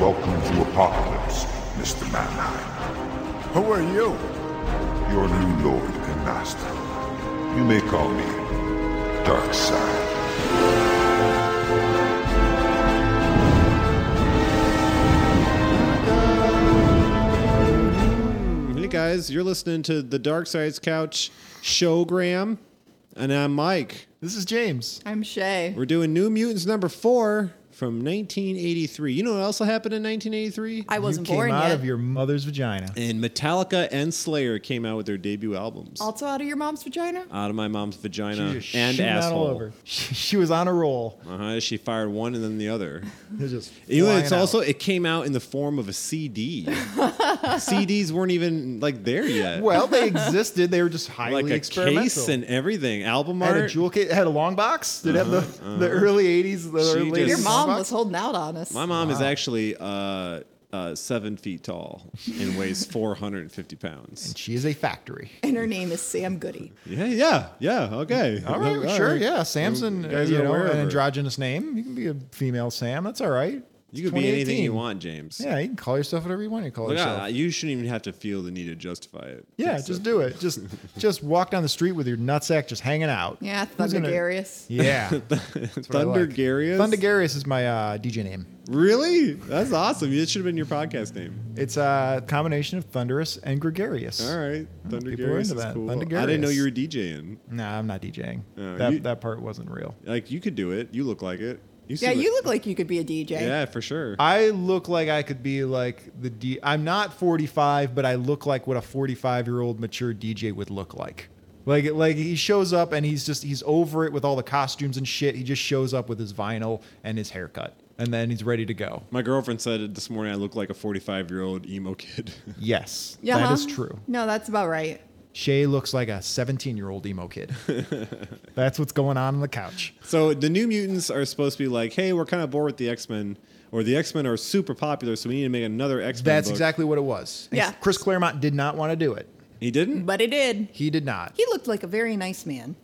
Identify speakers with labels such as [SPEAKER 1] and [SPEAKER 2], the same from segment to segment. [SPEAKER 1] Welcome to Apocalypse, Mr. Mannheim.
[SPEAKER 2] Who are you?
[SPEAKER 1] Your new lord and master. You may call me Darkseid.
[SPEAKER 3] guys. You're listening to the Dark Side's Couch showgram, and I'm Mike.
[SPEAKER 4] This is James.
[SPEAKER 5] I'm Shay.
[SPEAKER 3] We're doing New Mutants number four from 1983. You know what else happened in 1983?
[SPEAKER 5] I wasn't
[SPEAKER 4] you
[SPEAKER 5] born
[SPEAKER 4] came out
[SPEAKER 5] yet.
[SPEAKER 4] of your mother's vagina.
[SPEAKER 3] And Metallica and Slayer came out with their debut albums.
[SPEAKER 5] also out of your mom's vagina.
[SPEAKER 4] Uh,
[SPEAKER 3] out of my mom's vagina
[SPEAKER 4] She was
[SPEAKER 3] and
[SPEAKER 4] shooting out
[SPEAKER 3] asshole.
[SPEAKER 4] all over. She, she was on a roll.
[SPEAKER 3] Uh-huh, she fired one and then the other.
[SPEAKER 4] It was just
[SPEAKER 3] You know,
[SPEAKER 4] flying
[SPEAKER 3] it's
[SPEAKER 4] out.
[SPEAKER 3] also it came out in the form of a CD. CDs weren't even like there yet.
[SPEAKER 4] well, they existed. They were just highly
[SPEAKER 3] like a
[SPEAKER 4] experimental.
[SPEAKER 3] case and everything. Album
[SPEAKER 4] had
[SPEAKER 3] art. Uh-huh,
[SPEAKER 4] a jewel case. Had a long box. Did it have the, the early '80s? The
[SPEAKER 3] She
[SPEAKER 4] early
[SPEAKER 3] just-
[SPEAKER 4] 80s
[SPEAKER 5] Your
[SPEAKER 3] Yes.
[SPEAKER 5] mom
[SPEAKER 4] long
[SPEAKER 5] was holding out on us.
[SPEAKER 3] My mom is actually uh, uh, seven feet tall and weighs 450 pounds.
[SPEAKER 4] box? She is a factory.
[SPEAKER 5] and her name is Sam Goody.
[SPEAKER 3] Yeah, yeah, yeah. Okay.
[SPEAKER 4] All right, sure, yeah. Sam's
[SPEAKER 3] Samson,
[SPEAKER 4] an, uh, you know, an androgynous name. You can be a female Sam. That's all right.
[SPEAKER 3] You
[SPEAKER 4] It's
[SPEAKER 3] could be anything you
[SPEAKER 4] 2018.
[SPEAKER 3] want, James.
[SPEAKER 4] Yeah, you can call yourself whatever you want to call
[SPEAKER 3] Look,
[SPEAKER 4] yourself.
[SPEAKER 3] I- you shouldn't even have to feel the need to justify it.
[SPEAKER 4] yeah,
[SPEAKER 3] It's
[SPEAKER 4] just
[SPEAKER 3] a-
[SPEAKER 4] do it. Just just walk down the street with your nutsack just hanging out.
[SPEAKER 5] Yeah,
[SPEAKER 4] Who's gonna-
[SPEAKER 5] Thunderdarius.
[SPEAKER 4] Yeah. what I like.
[SPEAKER 3] Thundergarius.
[SPEAKER 4] Thundagarius is my uh, DJ name.
[SPEAKER 3] Really? That's awesome. It should have been your podcast name.
[SPEAKER 4] It's a combination of thunderous and gregarious.
[SPEAKER 3] All right.
[SPEAKER 4] people are
[SPEAKER 3] Thundergarius is
[SPEAKER 4] into that.
[SPEAKER 3] cool. I
[SPEAKER 4] Thundergarius.
[SPEAKER 3] didn't know you were DJing.
[SPEAKER 4] No, I'm not DJing.
[SPEAKER 3] Oh,
[SPEAKER 4] that,
[SPEAKER 3] you-
[SPEAKER 4] that part wasn't real.
[SPEAKER 3] Like you could do it. You look like it. You
[SPEAKER 5] Yeah,
[SPEAKER 3] seem
[SPEAKER 5] you
[SPEAKER 3] like-
[SPEAKER 5] look like you could be a DJ.
[SPEAKER 3] Yeah, for sure.
[SPEAKER 4] I look like I could be like the D. I'm not 45, but I look like what a 45 year old mature DJ would look like. Like like he shows up and he's just he's over it with all the costumes and shit. He just shows up with his vinyl and his haircut, and then he's ready to go.
[SPEAKER 3] My girlfriend said it this morning I look like a 45 year old emo kid.
[SPEAKER 4] Yes,
[SPEAKER 5] Yeah,
[SPEAKER 4] that
[SPEAKER 5] huh?
[SPEAKER 4] is true.
[SPEAKER 5] No, that's about right.
[SPEAKER 4] Shay looks like a 17 year old emo kid. That's what's going on on the couch.
[SPEAKER 3] so the New Mutants are supposed to be like, hey, we're kind of bored with the X Men, or the X Men are super popular, so we need to make another X Men.
[SPEAKER 4] That's exactly what it was. And
[SPEAKER 5] Yeah.
[SPEAKER 4] Chris Claremont did not want to do it.
[SPEAKER 3] He didn't.
[SPEAKER 5] But it did.
[SPEAKER 4] He did not.
[SPEAKER 5] He looked like a very nice man.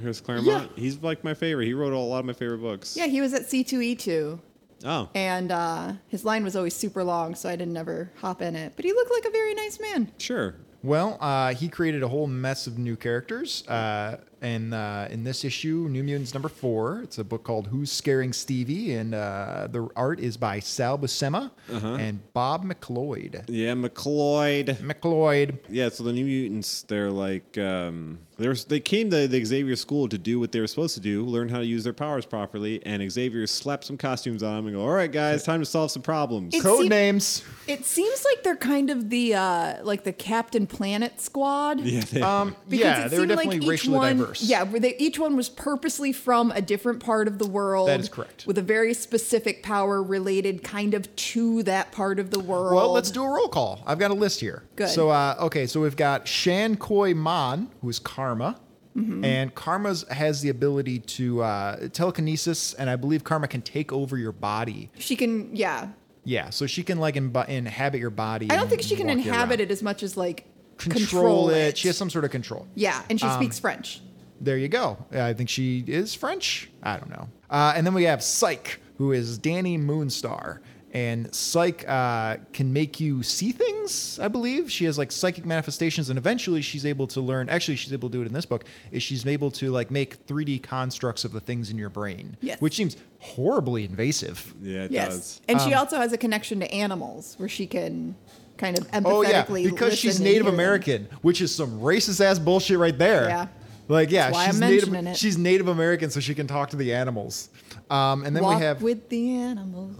[SPEAKER 3] Here's Claremont. He's like my favorite. He wrote a lot of my favorite books.
[SPEAKER 5] Yeah, he was at C2E2,
[SPEAKER 3] Oh.
[SPEAKER 5] and uh, his line was always super long, so I didn't ever hop in it. But he looked like a very nice man.
[SPEAKER 3] Sure.
[SPEAKER 4] Well, uh, he created a whole mess of new characters. Uh, and uh, in this issue, New Mutants number four, it's a book called Who's Scaring Stevie? And uh, the art is by Sal Buscema and Bob McLeod.
[SPEAKER 3] Yeah, McLeod.
[SPEAKER 4] McLeod.
[SPEAKER 3] Yeah, so the New Mutants, they're like, um, they're, they came to the Xavier School to do what they were supposed to do, learn how to use their powers properly, and Xavier slapped some costumes on them and go, all right, guys, time to solve some problems.
[SPEAKER 5] It's-
[SPEAKER 4] Code
[SPEAKER 5] seem-
[SPEAKER 4] names.
[SPEAKER 5] It seems like they're kind of the uh, like the Captain Planet squad.
[SPEAKER 3] yeah, they-
[SPEAKER 4] Um,
[SPEAKER 5] Because
[SPEAKER 4] yeah,
[SPEAKER 5] it
[SPEAKER 4] they were
[SPEAKER 5] seemed
[SPEAKER 4] definitely
[SPEAKER 5] like each
[SPEAKER 4] racially
[SPEAKER 5] one,
[SPEAKER 4] diverse.
[SPEAKER 5] Yeah, where they, each one was purposely from a different part of the world.
[SPEAKER 4] That is correct.
[SPEAKER 5] With a very specific power related kind of to that part of the world.
[SPEAKER 4] Well, let's do a roll call. I've got a list here.
[SPEAKER 5] Good.
[SPEAKER 4] So, uh, okay, so we've got Shan Koi Mon, who's Karma.
[SPEAKER 5] Mm-hmm.
[SPEAKER 4] And Karma's has the ability to uh, telekinesis, and I believe Karma can take over your body.
[SPEAKER 5] She can, yeah.
[SPEAKER 4] Yeah, so she can like imbu- inhabit your body.
[SPEAKER 5] I don't think she can inhabit it
[SPEAKER 4] and
[SPEAKER 5] as much as like
[SPEAKER 4] walk you around.
[SPEAKER 5] control,
[SPEAKER 4] She has some Um, sort of control.
[SPEAKER 5] yeah, and she speaks French.
[SPEAKER 4] There you go. I think she is French. I don't know. Uh, and then we have Psyche, who is Danny Moonstar. And Psyche uh, can make you see things, I believe. She has like psychic manifestations, and eventually she's able to learn. Actually, she's able to do it in this book. Is she's able to like make 3D constructs of the things in your brain,
[SPEAKER 5] Yes.
[SPEAKER 4] which seems horribly invasive.
[SPEAKER 3] yeah, it
[SPEAKER 5] Yes.
[SPEAKER 3] does.
[SPEAKER 5] And
[SPEAKER 4] Um,
[SPEAKER 5] she also has a connection to animals where she can kind of empathetically
[SPEAKER 4] Oh yeah, because
[SPEAKER 5] listen
[SPEAKER 4] she's
[SPEAKER 5] and
[SPEAKER 4] Native
[SPEAKER 5] hear them.
[SPEAKER 4] American, which is some racist ass bullshit right there.
[SPEAKER 5] Yeah.
[SPEAKER 4] Like yeah,
[SPEAKER 5] That's why
[SPEAKER 4] she's
[SPEAKER 5] I'm
[SPEAKER 4] Native.
[SPEAKER 5] mentioning it.
[SPEAKER 4] She's Native American, so she can talk to the animals. Um, and then
[SPEAKER 5] Walk
[SPEAKER 4] we have
[SPEAKER 5] with the animals.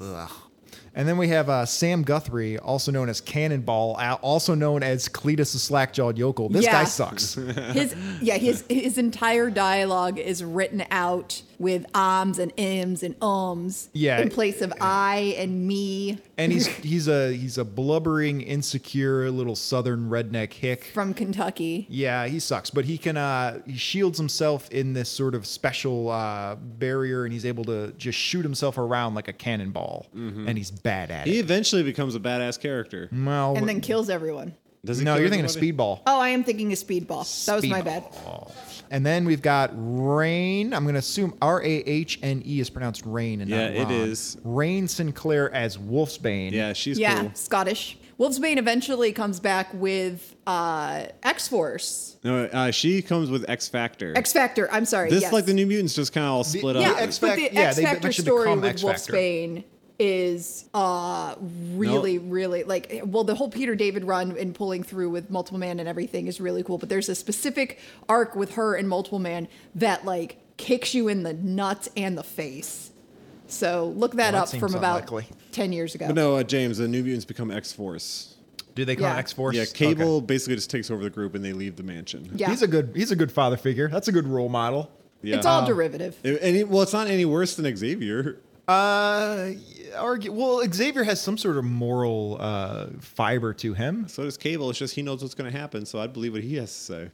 [SPEAKER 4] and then we have uh, Sam Guthrie, also known as Cannonball, al- also known as Cletus the Slackjawed Yokel. This
[SPEAKER 5] Yeah.
[SPEAKER 4] guy sucks.
[SPEAKER 5] His yeah, his his entire dialogue is written out with ums and ims and ums.
[SPEAKER 4] Yeah.
[SPEAKER 5] In place of I and me
[SPEAKER 4] and he's he's a he's a blubbering, insecure little Southern redneck hick.
[SPEAKER 5] from Kentucky.
[SPEAKER 4] Yeah, he sucks, but he can uh he shields himself in this sort of special uh barrier and he's able to just shoot himself around like a cannonball and he's bad at
[SPEAKER 3] Mm-hmm. He
[SPEAKER 4] it.
[SPEAKER 3] eventually becomes a badass character.
[SPEAKER 4] Well,
[SPEAKER 5] And then kills everyone.
[SPEAKER 3] Does he
[SPEAKER 4] No,
[SPEAKER 3] kill
[SPEAKER 4] you're thinking
[SPEAKER 3] everybody?
[SPEAKER 4] of Speedball.
[SPEAKER 5] Oh, I am thinking of Speedball. That was my bad.
[SPEAKER 4] Speedball. And then we've got Rain. I'm going to assume R A H N E is pronounced Rain and not
[SPEAKER 3] Yeah, it
[SPEAKER 4] Ron.
[SPEAKER 3] is.
[SPEAKER 4] Rain Sinclair as Wolfsbane.
[SPEAKER 3] Yeah, she's
[SPEAKER 5] yeah,
[SPEAKER 3] cool.
[SPEAKER 5] Scottish. Wolfsbane eventually comes back with uh, X Force,
[SPEAKER 3] No, uh, she comes with X Factor.
[SPEAKER 5] X Factor. I'm sorry.
[SPEAKER 3] This
[SPEAKER 5] yes.
[SPEAKER 3] like the New Mutants just kind of all split
[SPEAKER 5] yeah,
[SPEAKER 3] up.
[SPEAKER 4] X
[SPEAKER 5] but
[SPEAKER 4] Fac-
[SPEAKER 5] the
[SPEAKER 4] yeah,
[SPEAKER 5] X
[SPEAKER 4] they
[SPEAKER 5] Factor
[SPEAKER 4] eventually
[SPEAKER 5] story
[SPEAKER 4] become
[SPEAKER 5] with
[SPEAKER 4] X Factor.
[SPEAKER 5] Wolfsbane is uh really really like well the whole Peter David run and pulling through with Multiple Man and everything is really cool but there's a specific arc with her and Multiple Man that like kicks you in the nuts and the face. So look that
[SPEAKER 4] Well, that
[SPEAKER 5] up from
[SPEAKER 4] seems
[SPEAKER 5] about
[SPEAKER 4] unlikely.
[SPEAKER 5] 10 years ago.
[SPEAKER 3] But no, uh, James, the New Mutants become X Force.
[SPEAKER 4] Do they call
[SPEAKER 5] Yeah.
[SPEAKER 4] X Force?
[SPEAKER 3] Yeah, Cable basically just takes over the group and they leave the mansion.
[SPEAKER 5] Yeah.
[SPEAKER 4] He's a good. He's a good father figure. That's a good role model.
[SPEAKER 3] Yeah.
[SPEAKER 5] It's all derivative.
[SPEAKER 3] It- and it- well, it's not any worse than Xavier.
[SPEAKER 4] Uh, argue, well, Xavier has some sort of moral uh, fiber to him.
[SPEAKER 3] So does Cable. It's just he knows what's going to happen, so I believe what he has to say.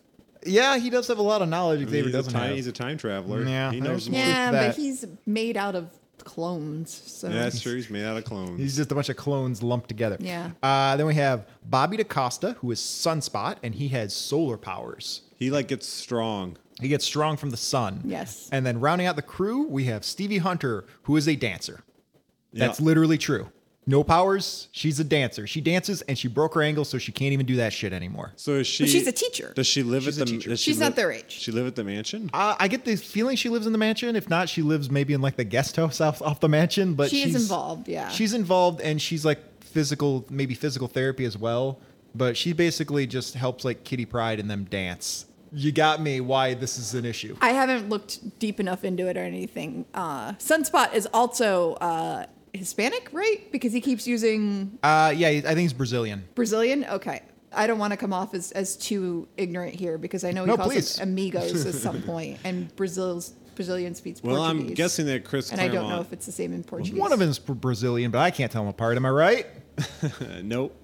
[SPEAKER 4] Yeah, he does have a lot of knowledge.
[SPEAKER 3] I mean,
[SPEAKER 4] Xavier
[SPEAKER 3] he's, a
[SPEAKER 4] doesn't
[SPEAKER 3] time,
[SPEAKER 4] have.
[SPEAKER 3] he's a time traveler.
[SPEAKER 4] Yeah,
[SPEAKER 3] he knows
[SPEAKER 4] there's-
[SPEAKER 3] more.
[SPEAKER 5] yeah,
[SPEAKER 4] that-
[SPEAKER 5] but he's made out of clones. So
[SPEAKER 3] Yeah, that's true. He's made out of clones.
[SPEAKER 4] He's just a bunch of clones lumped together.
[SPEAKER 5] Yeah.
[SPEAKER 4] Uh, then we have Bobby DaCosta, who is Sunspot, and he has solar powers.
[SPEAKER 3] he like gets strong.
[SPEAKER 4] He gets strong from the sun.
[SPEAKER 5] Yes.
[SPEAKER 4] And then rounding out the crew, we have Stevie Hunter, who is a dancer. That's
[SPEAKER 3] Yeah.
[SPEAKER 4] literally true. No powers. She's a dancer. She dances, and she broke her ankle, so she can't even do that shit anymore.
[SPEAKER 3] So is she?
[SPEAKER 5] But she's a teacher.
[SPEAKER 3] Does she live
[SPEAKER 4] She's a
[SPEAKER 3] at the?
[SPEAKER 4] teacher.
[SPEAKER 3] does she
[SPEAKER 5] She's not
[SPEAKER 3] live-
[SPEAKER 5] their age.
[SPEAKER 3] She live at the mansion.
[SPEAKER 4] Uh, I get the feeling she lives in the mansion. If not, she lives maybe in like the guest house off, off the mansion. But
[SPEAKER 5] She is
[SPEAKER 4] she's-
[SPEAKER 5] involved, yeah.
[SPEAKER 4] she's involved, and she's like physical, maybe physical therapy as well. But she basically just helps like Kitty Pride and them dance. You got me. Why this is an issue?
[SPEAKER 5] I haven't looked deep enough into it or anything. Uh, Sunspot is also uh, Hispanic, right? Because he keeps using
[SPEAKER 4] Uh, yeah, I think he's Brazilian.
[SPEAKER 5] Brazilian. Okay. I don't want to come off as, as too ignorant here because I know he
[SPEAKER 4] No,
[SPEAKER 5] calls
[SPEAKER 4] please.
[SPEAKER 5] them amigos at some point, and Brazil's Brazilian speaks
[SPEAKER 3] well,
[SPEAKER 5] Portuguese.
[SPEAKER 3] I'm guessing that Chris
[SPEAKER 5] and I
[SPEAKER 3] Claremont.
[SPEAKER 5] don't know if it's the same in Portuguese.
[SPEAKER 4] One of them's Bra- Brazilian, but I can't tell them apart. Am I right?
[SPEAKER 3] Uh, nope.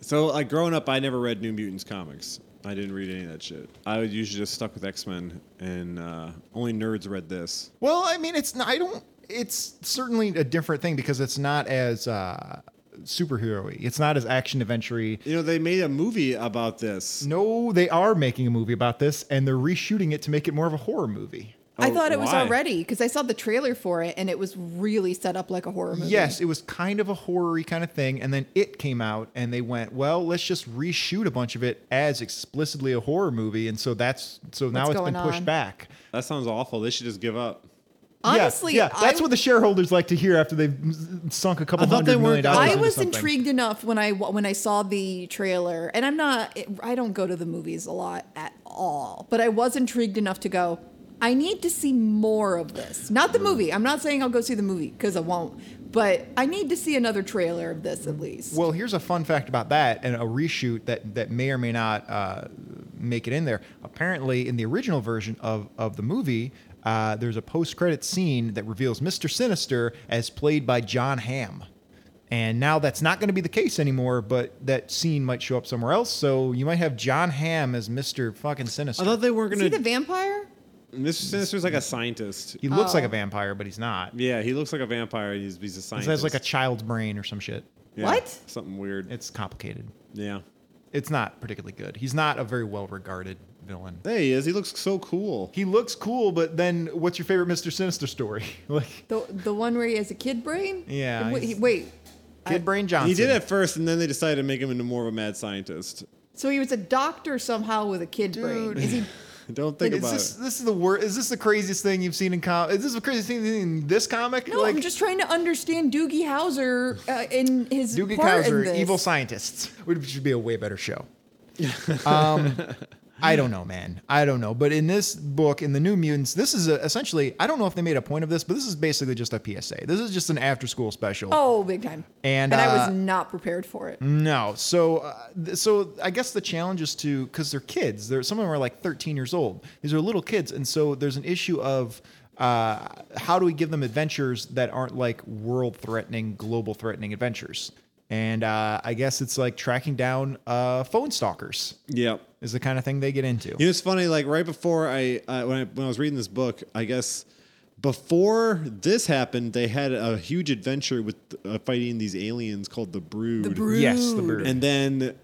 [SPEAKER 3] so, like growing up, I never read New Mutants comics. I didn't read any of that shit. I was usually just stuck with X Men, and uh, only nerds read this.
[SPEAKER 4] Well, I mean, it's not, I don't. It's certainly a different thing because it's not as uh, superhero-y. It's not as action adventure-y.
[SPEAKER 3] You know, they made a movie about this.
[SPEAKER 4] No, they are making a movie about this, and they're reshooting it to make it more of a horror movie.
[SPEAKER 5] I
[SPEAKER 3] Oh,
[SPEAKER 5] thought it was
[SPEAKER 3] why?
[SPEAKER 5] already because I saw the trailer for it and it was really set up like a horror movie.
[SPEAKER 4] Yes, it was kind of a horror kind of thing, and then it came out, and they went, "Well, let's just reshoot a bunch of it as explicitly a horror movie," and so that's so now
[SPEAKER 5] What's
[SPEAKER 4] it's been
[SPEAKER 5] going
[SPEAKER 4] pushed
[SPEAKER 5] on?
[SPEAKER 4] back.
[SPEAKER 3] That sounds awful. They should just give up.
[SPEAKER 4] Yeah,
[SPEAKER 5] honestly,
[SPEAKER 4] yeah, that's
[SPEAKER 5] I,
[SPEAKER 4] what the shareholders like to hear after they've mm, sunk a couple
[SPEAKER 3] I thought they
[SPEAKER 4] hundred million
[SPEAKER 3] weren't-
[SPEAKER 4] dollars.
[SPEAKER 5] I
[SPEAKER 4] into
[SPEAKER 5] was
[SPEAKER 4] something.
[SPEAKER 5] intrigued enough when I when I saw the trailer, and I'm not. I don't go to the movies a lot at all, but I was intrigued enough to go. I need to see more of this. Not the movie. I'm not saying I'll go see the movie because I won't, but I need to see another trailer of this at least.
[SPEAKER 4] Well, here's a fun fact about that and a reshoot that, that may or may not uh, make it in there. Apparently, in the original version of, of the movie, uh, there's a post credit scene that reveals Mr. Sinister as played by John Hamm. And now that's not going to be the case anymore, but that scene might show up somewhere else. So you might have John Hamm as Mr. fucking Sinister.
[SPEAKER 3] I thought they weren't
[SPEAKER 5] Is
[SPEAKER 3] going
[SPEAKER 5] he
[SPEAKER 3] to.
[SPEAKER 5] the vampire?
[SPEAKER 3] Mr. Sinister's like a scientist.
[SPEAKER 4] he looks like a vampire, but he's not.
[SPEAKER 3] Yeah, he looks like a vampire. and He's, he's a
[SPEAKER 4] He
[SPEAKER 3] scientist.
[SPEAKER 4] has like a child's brain or some shit.
[SPEAKER 3] Yeah,
[SPEAKER 5] What?
[SPEAKER 3] Something weird.
[SPEAKER 4] It's complicated.
[SPEAKER 3] yeah.
[SPEAKER 4] It's not particularly good. He's not a very well regarded villain.
[SPEAKER 3] There he is. He looks so cool.
[SPEAKER 4] he looks cool, but then what's your favorite Mr. Sinister story? like
[SPEAKER 5] The the one where he has a kid brain?
[SPEAKER 4] Yeah,
[SPEAKER 5] Wait,
[SPEAKER 4] he's-
[SPEAKER 5] wait.
[SPEAKER 4] Kid Brain Johnson.
[SPEAKER 3] He did at first, and then they decided to make him into more of a mad scientist.
[SPEAKER 5] So he was a doctor somehow with a kid brain.
[SPEAKER 4] Dude.
[SPEAKER 5] Is he?
[SPEAKER 3] Don't think
[SPEAKER 4] Is
[SPEAKER 3] about
[SPEAKER 4] this
[SPEAKER 3] it.
[SPEAKER 4] this is the worst? Is this the craziest thing you've seen in com? Is this the craziest thing in this comic?
[SPEAKER 5] No, I'm just trying to understand Doogie Hauser uh, in his
[SPEAKER 4] Doogie
[SPEAKER 5] part in
[SPEAKER 4] Howser,
[SPEAKER 5] this.
[SPEAKER 4] evil scientists, which should be a way better show. um, I don't know, man. I don't know. But in this book, in the New Mutants, this is a, essentially. I don't know if they made a point of this, but this is basically just a PSA. This is just an after-school special.
[SPEAKER 5] Oh, big time.
[SPEAKER 4] And,
[SPEAKER 5] I
[SPEAKER 4] uh,
[SPEAKER 5] was not prepared for it.
[SPEAKER 4] No. So, uh, th- so I guess the challenge is to because they're kids. They're some of them are like 13 years old. These are little kids, and so there's an issue of uh, how do we give them adventures that aren't like world-threatening, global-threatening adventures? And uh, I guess it's like tracking down uh, phone stalkers
[SPEAKER 3] Yeah.
[SPEAKER 4] is the kind of thing they get into.
[SPEAKER 3] You know, it's funny. Like right before I, I when I when I was reading this book, I guess before this happened, they had a huge adventure with uh, fighting these aliens called the Brood.
[SPEAKER 5] The Brood.
[SPEAKER 4] Yes, the bird.
[SPEAKER 3] And then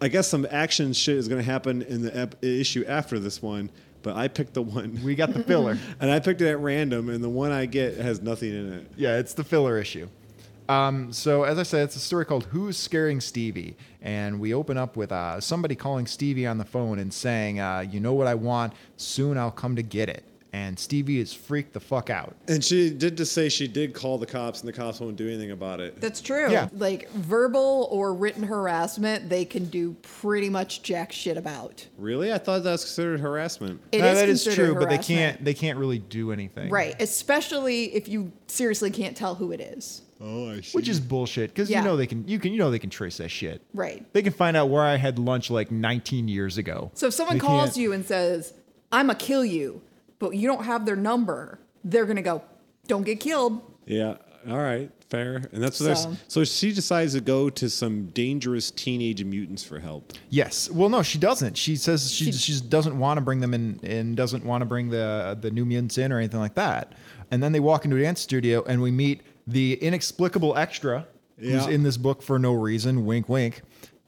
[SPEAKER 3] I guess some action shit is going to happen in the ep- issue after this one, but I picked the one.
[SPEAKER 4] We got the filler.
[SPEAKER 3] and I picked it at random, and the one I get has nothing in it.
[SPEAKER 4] yeah, it's the filler issue. Um, so as I said, it's a story called "Who's Scaring Stevie," and we open up with uh, somebody calling Stevie on the phone and saying, uh, "You know what I want? Soon I'll come to get it." And Stevie is freaked the fuck out.
[SPEAKER 3] And she did just say she did call the cops, and the cops won't do anything about it.
[SPEAKER 5] That's true.
[SPEAKER 4] Yeah.
[SPEAKER 5] Like verbal or written harassment, they can do pretty much jack shit about.
[SPEAKER 3] really? I thought that was considered harassment.
[SPEAKER 5] It is
[SPEAKER 4] Now, that is true,
[SPEAKER 5] considered
[SPEAKER 4] but they
[SPEAKER 5] harassment.
[SPEAKER 4] can't they can't really do anything,
[SPEAKER 5] Right, especially if you seriously can't tell who it is.
[SPEAKER 3] Oh, I see.
[SPEAKER 4] Which is bullshit because
[SPEAKER 5] Yeah.
[SPEAKER 4] you know they can you can you know they can trace that shit.
[SPEAKER 5] Right.
[SPEAKER 4] They can find out where I had lunch like 19 years ago.
[SPEAKER 5] So if someone
[SPEAKER 4] They
[SPEAKER 5] calls
[SPEAKER 4] can't-
[SPEAKER 5] you and says, "I'm gonna kill you," but you don't have their number, they're gonna go, "Don't get killed."
[SPEAKER 3] Yeah. All right. Fair. And that's what so.
[SPEAKER 5] So-
[SPEAKER 3] so she decides to go to some dangerous teenage mutants for help.
[SPEAKER 4] Yes. Well, no, she doesn't. She says she
[SPEAKER 5] She-
[SPEAKER 4] she just doesn't want to bring them in and doesn't want to bring the the new mutants in or anything like that. And then they walk into a dance studio and we meet the inexplicable extra who's
[SPEAKER 3] Yeah.
[SPEAKER 4] in this book for no reason. Wink, wink.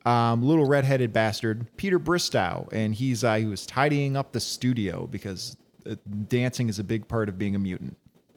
[SPEAKER 4] Um, little redheaded bastard, Peter Bristow, and he's uh, he was tidying up the studio because uh, dancing is a big part of being a mutant.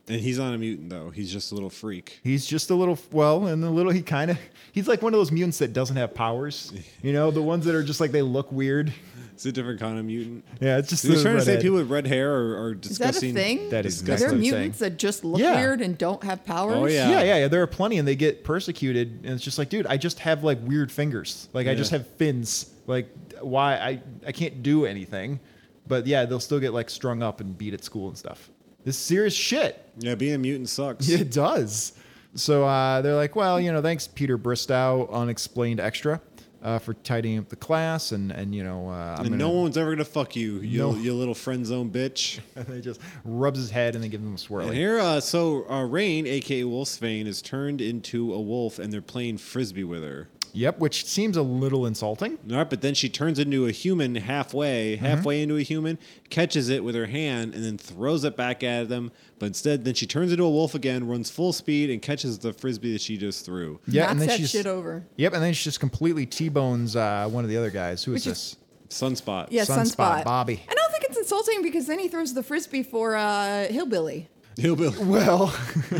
[SPEAKER 3] And he's not a mutant though. He's just a little freak.
[SPEAKER 4] He's just a little well, and a little he kind of he's like one of those mutants that doesn't have powers. You know, the ones that are just like they look weird.
[SPEAKER 3] It's a different kind of mutant.
[SPEAKER 4] Yeah, it's just
[SPEAKER 3] So you're
[SPEAKER 4] the
[SPEAKER 3] trying to say
[SPEAKER 4] redhead.
[SPEAKER 3] people with red hair are, are
[SPEAKER 5] Is that a
[SPEAKER 3] discussing.
[SPEAKER 5] thing?
[SPEAKER 4] That is
[SPEAKER 5] Are
[SPEAKER 4] exactly
[SPEAKER 5] there
[SPEAKER 4] what I'm saying.
[SPEAKER 5] mutants that just look
[SPEAKER 4] Yeah.
[SPEAKER 5] weird and don't have powers?
[SPEAKER 3] Oh, yeah.
[SPEAKER 4] Yeah, yeah, yeah. There are plenty, and they get persecuted, and it's just like, dude, I just have like weird fingers. Like I
[SPEAKER 3] Yeah.
[SPEAKER 4] just have fins. Like why I I can't do anything. But yeah, they'll still get like strung up and beat at school and stuff. This is serious shit.
[SPEAKER 3] Yeah, being a mutant sucks.
[SPEAKER 4] It does. So uh, they're like, well, you know, thanks, Peter Bristow, unexplained extra, uh, for tidying up the class, and and you know, uh, I'm
[SPEAKER 3] And
[SPEAKER 4] gonna,
[SPEAKER 3] no one's ever gonna fuck you, you,
[SPEAKER 4] No.
[SPEAKER 3] you little friend zone bitch.
[SPEAKER 4] and they just rubs his head and they give him a swirly.
[SPEAKER 3] And here, uh, so uh, Rain, aka Wolfsbane, is turned into a wolf, and they're playing frisbee with her.
[SPEAKER 4] yep, which seems a little insulting.
[SPEAKER 3] All right, but then she turns into a human halfway, halfway into a human, catches it with her hand, and then throws it back at them. But instead, then she turns into a wolf again, runs full speed, and catches the frisbee that she just threw.
[SPEAKER 4] Yeah,
[SPEAKER 5] Knocks
[SPEAKER 4] and then
[SPEAKER 5] that
[SPEAKER 4] she's
[SPEAKER 5] shit over.
[SPEAKER 4] Yep, and then she just completely t-bones uh, one of the other guys. Who is
[SPEAKER 5] Which
[SPEAKER 4] this?
[SPEAKER 5] is-
[SPEAKER 3] Sunspot.
[SPEAKER 5] Yeah,
[SPEAKER 4] Sunspot,
[SPEAKER 5] sunspot,
[SPEAKER 4] Bobby.
[SPEAKER 5] I don't think it's insulting because then he throws the frisbee for uh, hillbilly
[SPEAKER 3] Hillbilly.
[SPEAKER 4] well,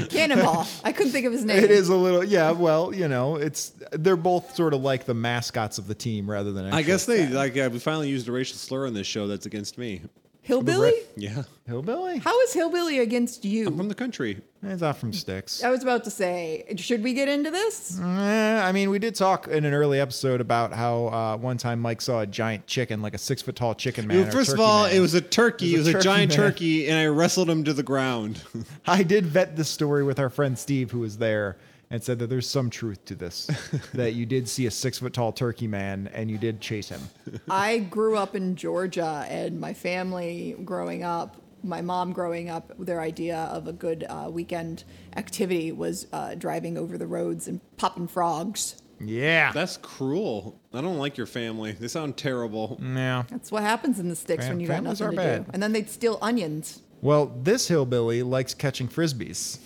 [SPEAKER 5] cannonball. I couldn't think of his name.
[SPEAKER 4] it is a little. Yeah, well, you know, it's they're both sort of like the mascots of the team rather than.
[SPEAKER 3] I
[SPEAKER 4] actual
[SPEAKER 3] guess they like. Uh, we finally used a racial slur on this show. That's against me.
[SPEAKER 5] hillbilly.
[SPEAKER 3] Yeah,
[SPEAKER 4] hillbilly.
[SPEAKER 5] How is hillbilly against
[SPEAKER 3] I'm
[SPEAKER 5] you?
[SPEAKER 3] from the country.
[SPEAKER 4] It's not from sticks.
[SPEAKER 5] I was about to say, should we get into this?
[SPEAKER 4] Eh, I mean, we did talk in an early episode about how uh, one time Mike saw a giant chicken, like a six foot tall chicken man.
[SPEAKER 3] Well,
[SPEAKER 4] or
[SPEAKER 3] first of
[SPEAKER 4] turkey
[SPEAKER 3] all,
[SPEAKER 4] man.
[SPEAKER 3] it was a turkey.
[SPEAKER 4] It
[SPEAKER 3] It
[SPEAKER 4] was
[SPEAKER 3] was
[SPEAKER 4] a
[SPEAKER 3] a,
[SPEAKER 4] turkey
[SPEAKER 3] giant
[SPEAKER 4] man.
[SPEAKER 3] turkey, and I wrestled him to the ground.
[SPEAKER 4] I did vet this story with our friend Steve, who was there, and said that there's some truth to this. that you did see a six foot tall turkey man, and you did chase him.
[SPEAKER 5] I grew up in Georgia, and my family growing up, my mom growing up, their idea of a good uh, weekend activity was uh, driving over the roads and popping frogs.
[SPEAKER 4] Yeah.
[SPEAKER 3] That's cruel. I don't like your family. They sound terrible.
[SPEAKER 4] yeah.
[SPEAKER 5] That's what happens in the sticks
[SPEAKER 4] Fam-
[SPEAKER 5] when you got
[SPEAKER 4] families
[SPEAKER 5] nothing
[SPEAKER 4] are
[SPEAKER 5] to
[SPEAKER 4] bad.
[SPEAKER 5] do. And then they'd steal onions.
[SPEAKER 4] Well, this hillbilly likes catching frisbees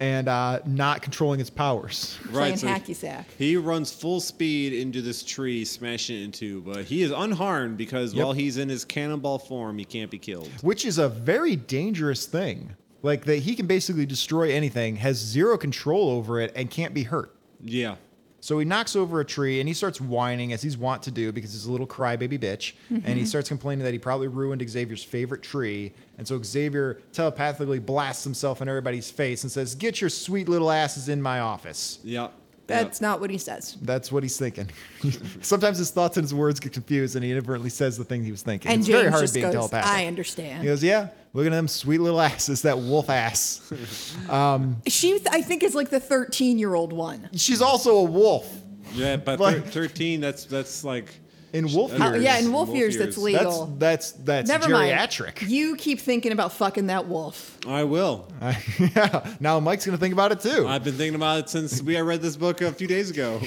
[SPEAKER 4] and uh, not controlling its powers.
[SPEAKER 5] Playing
[SPEAKER 3] so
[SPEAKER 5] hacky sack.
[SPEAKER 3] He runs full speed into this tree, smashing it into, but he is unharmed because
[SPEAKER 4] Yep.
[SPEAKER 3] while he's in his cannonball form, he can't be killed.
[SPEAKER 4] which is a very dangerous thing. Like that he can basically destroy anything, has zero control over it, and can't be hurt.
[SPEAKER 3] Yeah.
[SPEAKER 4] So he knocks over a tree and he starts whining as he's wont to do because he's a little crybaby bitch. And he starts complaining that he probably ruined Xavier's favorite tree. And so Xavier telepathically blasts himself in everybody's face and says, Get your sweet little asses in my office.
[SPEAKER 3] Yeah.
[SPEAKER 5] That's not what he says.
[SPEAKER 4] That's what he's thinking. Sometimes his thoughts and his words get confused and he inadvertently says the thing he was thinking.
[SPEAKER 5] And
[SPEAKER 4] it's
[SPEAKER 5] James
[SPEAKER 4] very hard
[SPEAKER 5] just
[SPEAKER 4] being
[SPEAKER 5] goes,
[SPEAKER 4] telepathic.
[SPEAKER 5] I understand.
[SPEAKER 4] He goes, yeah, look at them sweet little asses, that wolf ass.
[SPEAKER 5] she, th- I think, is like the 13 year old one.
[SPEAKER 4] She's also a wolf.
[SPEAKER 3] yeah. But
[SPEAKER 4] Like-
[SPEAKER 3] thir- thirteen, that's that's like
[SPEAKER 4] In wolf
[SPEAKER 3] Oh,
[SPEAKER 4] years.
[SPEAKER 5] yeah, in wolf,
[SPEAKER 3] Wolf
[SPEAKER 5] years,
[SPEAKER 3] years.
[SPEAKER 5] that's
[SPEAKER 4] That's
[SPEAKER 5] legal.
[SPEAKER 4] that's that's
[SPEAKER 5] Never
[SPEAKER 4] geriatric.
[SPEAKER 5] mind. You keep thinking about fucking that wolf.
[SPEAKER 3] I will.
[SPEAKER 4] yeah. Now Mike's gonna think about it too.
[SPEAKER 3] I've been thinking about it since we I read this book a few days ago.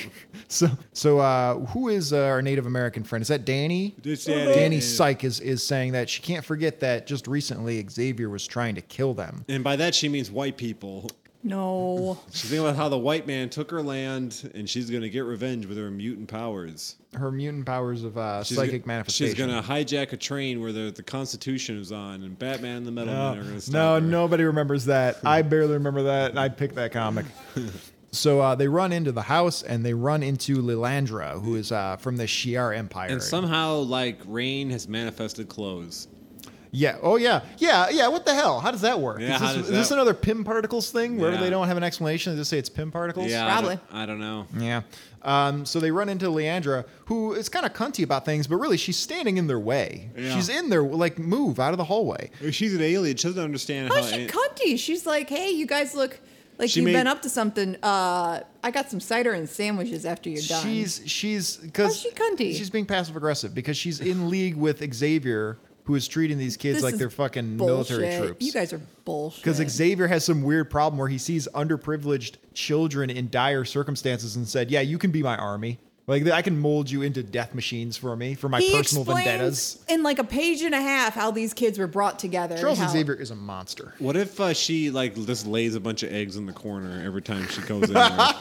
[SPEAKER 4] so so uh, who is uh, our Native American friend? Is that Danny?
[SPEAKER 3] It's Danny.
[SPEAKER 4] Danny Syke is is saying that she can't forget that just recently Xavier was trying to kill them.
[SPEAKER 3] And by that she means white people.
[SPEAKER 5] No.
[SPEAKER 3] She's thinking about how the white man took her land and she's going to get revenge with her mutant powers.
[SPEAKER 4] Her mutant powers of uh,
[SPEAKER 3] She's
[SPEAKER 4] psychic
[SPEAKER 3] go-
[SPEAKER 4] manifestation.
[SPEAKER 3] She's going to hijack a train where the, the Constitution is on and Batman and the Metal Man are going to stop
[SPEAKER 4] Uh, no,
[SPEAKER 3] her.
[SPEAKER 4] nobody remembers that. I barely remember that, and I picked that comic. so uh, they run into the house, and they run into Lilandra, who is uh, from the Shi'ar Empire.
[SPEAKER 3] And somehow, like, rain has manifested clothes.
[SPEAKER 4] yeah. Oh, yeah. Yeah. Yeah. What the hell? How does that work?
[SPEAKER 3] Yeah,
[SPEAKER 4] is
[SPEAKER 3] how
[SPEAKER 4] this,
[SPEAKER 3] does
[SPEAKER 4] is this
[SPEAKER 3] that-
[SPEAKER 4] another Pym particles thing where
[SPEAKER 3] Yeah.
[SPEAKER 4] they don't have an explanation? They just say it's Pym particles?
[SPEAKER 3] Yeah,
[SPEAKER 5] Probably.
[SPEAKER 3] I don't, I don't know.
[SPEAKER 4] Yeah. Um, so they run into Leandra, who is kind of cunty about things, but really she's standing in their way.
[SPEAKER 3] Yeah.
[SPEAKER 4] She's in there, like, move out of the hallway.
[SPEAKER 3] She's an alien. She doesn't understand
[SPEAKER 5] How's
[SPEAKER 3] how.
[SPEAKER 5] she
[SPEAKER 3] an-
[SPEAKER 5] cunty? She's like, hey, you guys look like
[SPEAKER 3] She
[SPEAKER 5] you've
[SPEAKER 3] made-
[SPEAKER 5] been up to something. Uh, I got some cider and sandwiches after you're done.
[SPEAKER 4] She's she's because
[SPEAKER 5] How's she cunty?
[SPEAKER 4] She's being passive aggressive because she's in league with Xavier, who is treating these kids
[SPEAKER 5] This
[SPEAKER 4] like
[SPEAKER 5] is
[SPEAKER 4] they're fucking military
[SPEAKER 5] bullshit.
[SPEAKER 4] troops.
[SPEAKER 5] You guys are bullshit.
[SPEAKER 4] because Xavier has some weird problem where he sees underprivileged children in dire circumstances and said, "Yeah, you can be my army. Like I can mold you into death machines for me for my
[SPEAKER 5] he
[SPEAKER 4] personal
[SPEAKER 5] explains
[SPEAKER 4] vendettas."
[SPEAKER 5] in like a page and a half how these kids were brought together. and
[SPEAKER 4] Charles
[SPEAKER 5] how-
[SPEAKER 4] Xavier is a monster.
[SPEAKER 3] What if uh, she like just lays a bunch of eggs in the corner every time she goes in, there?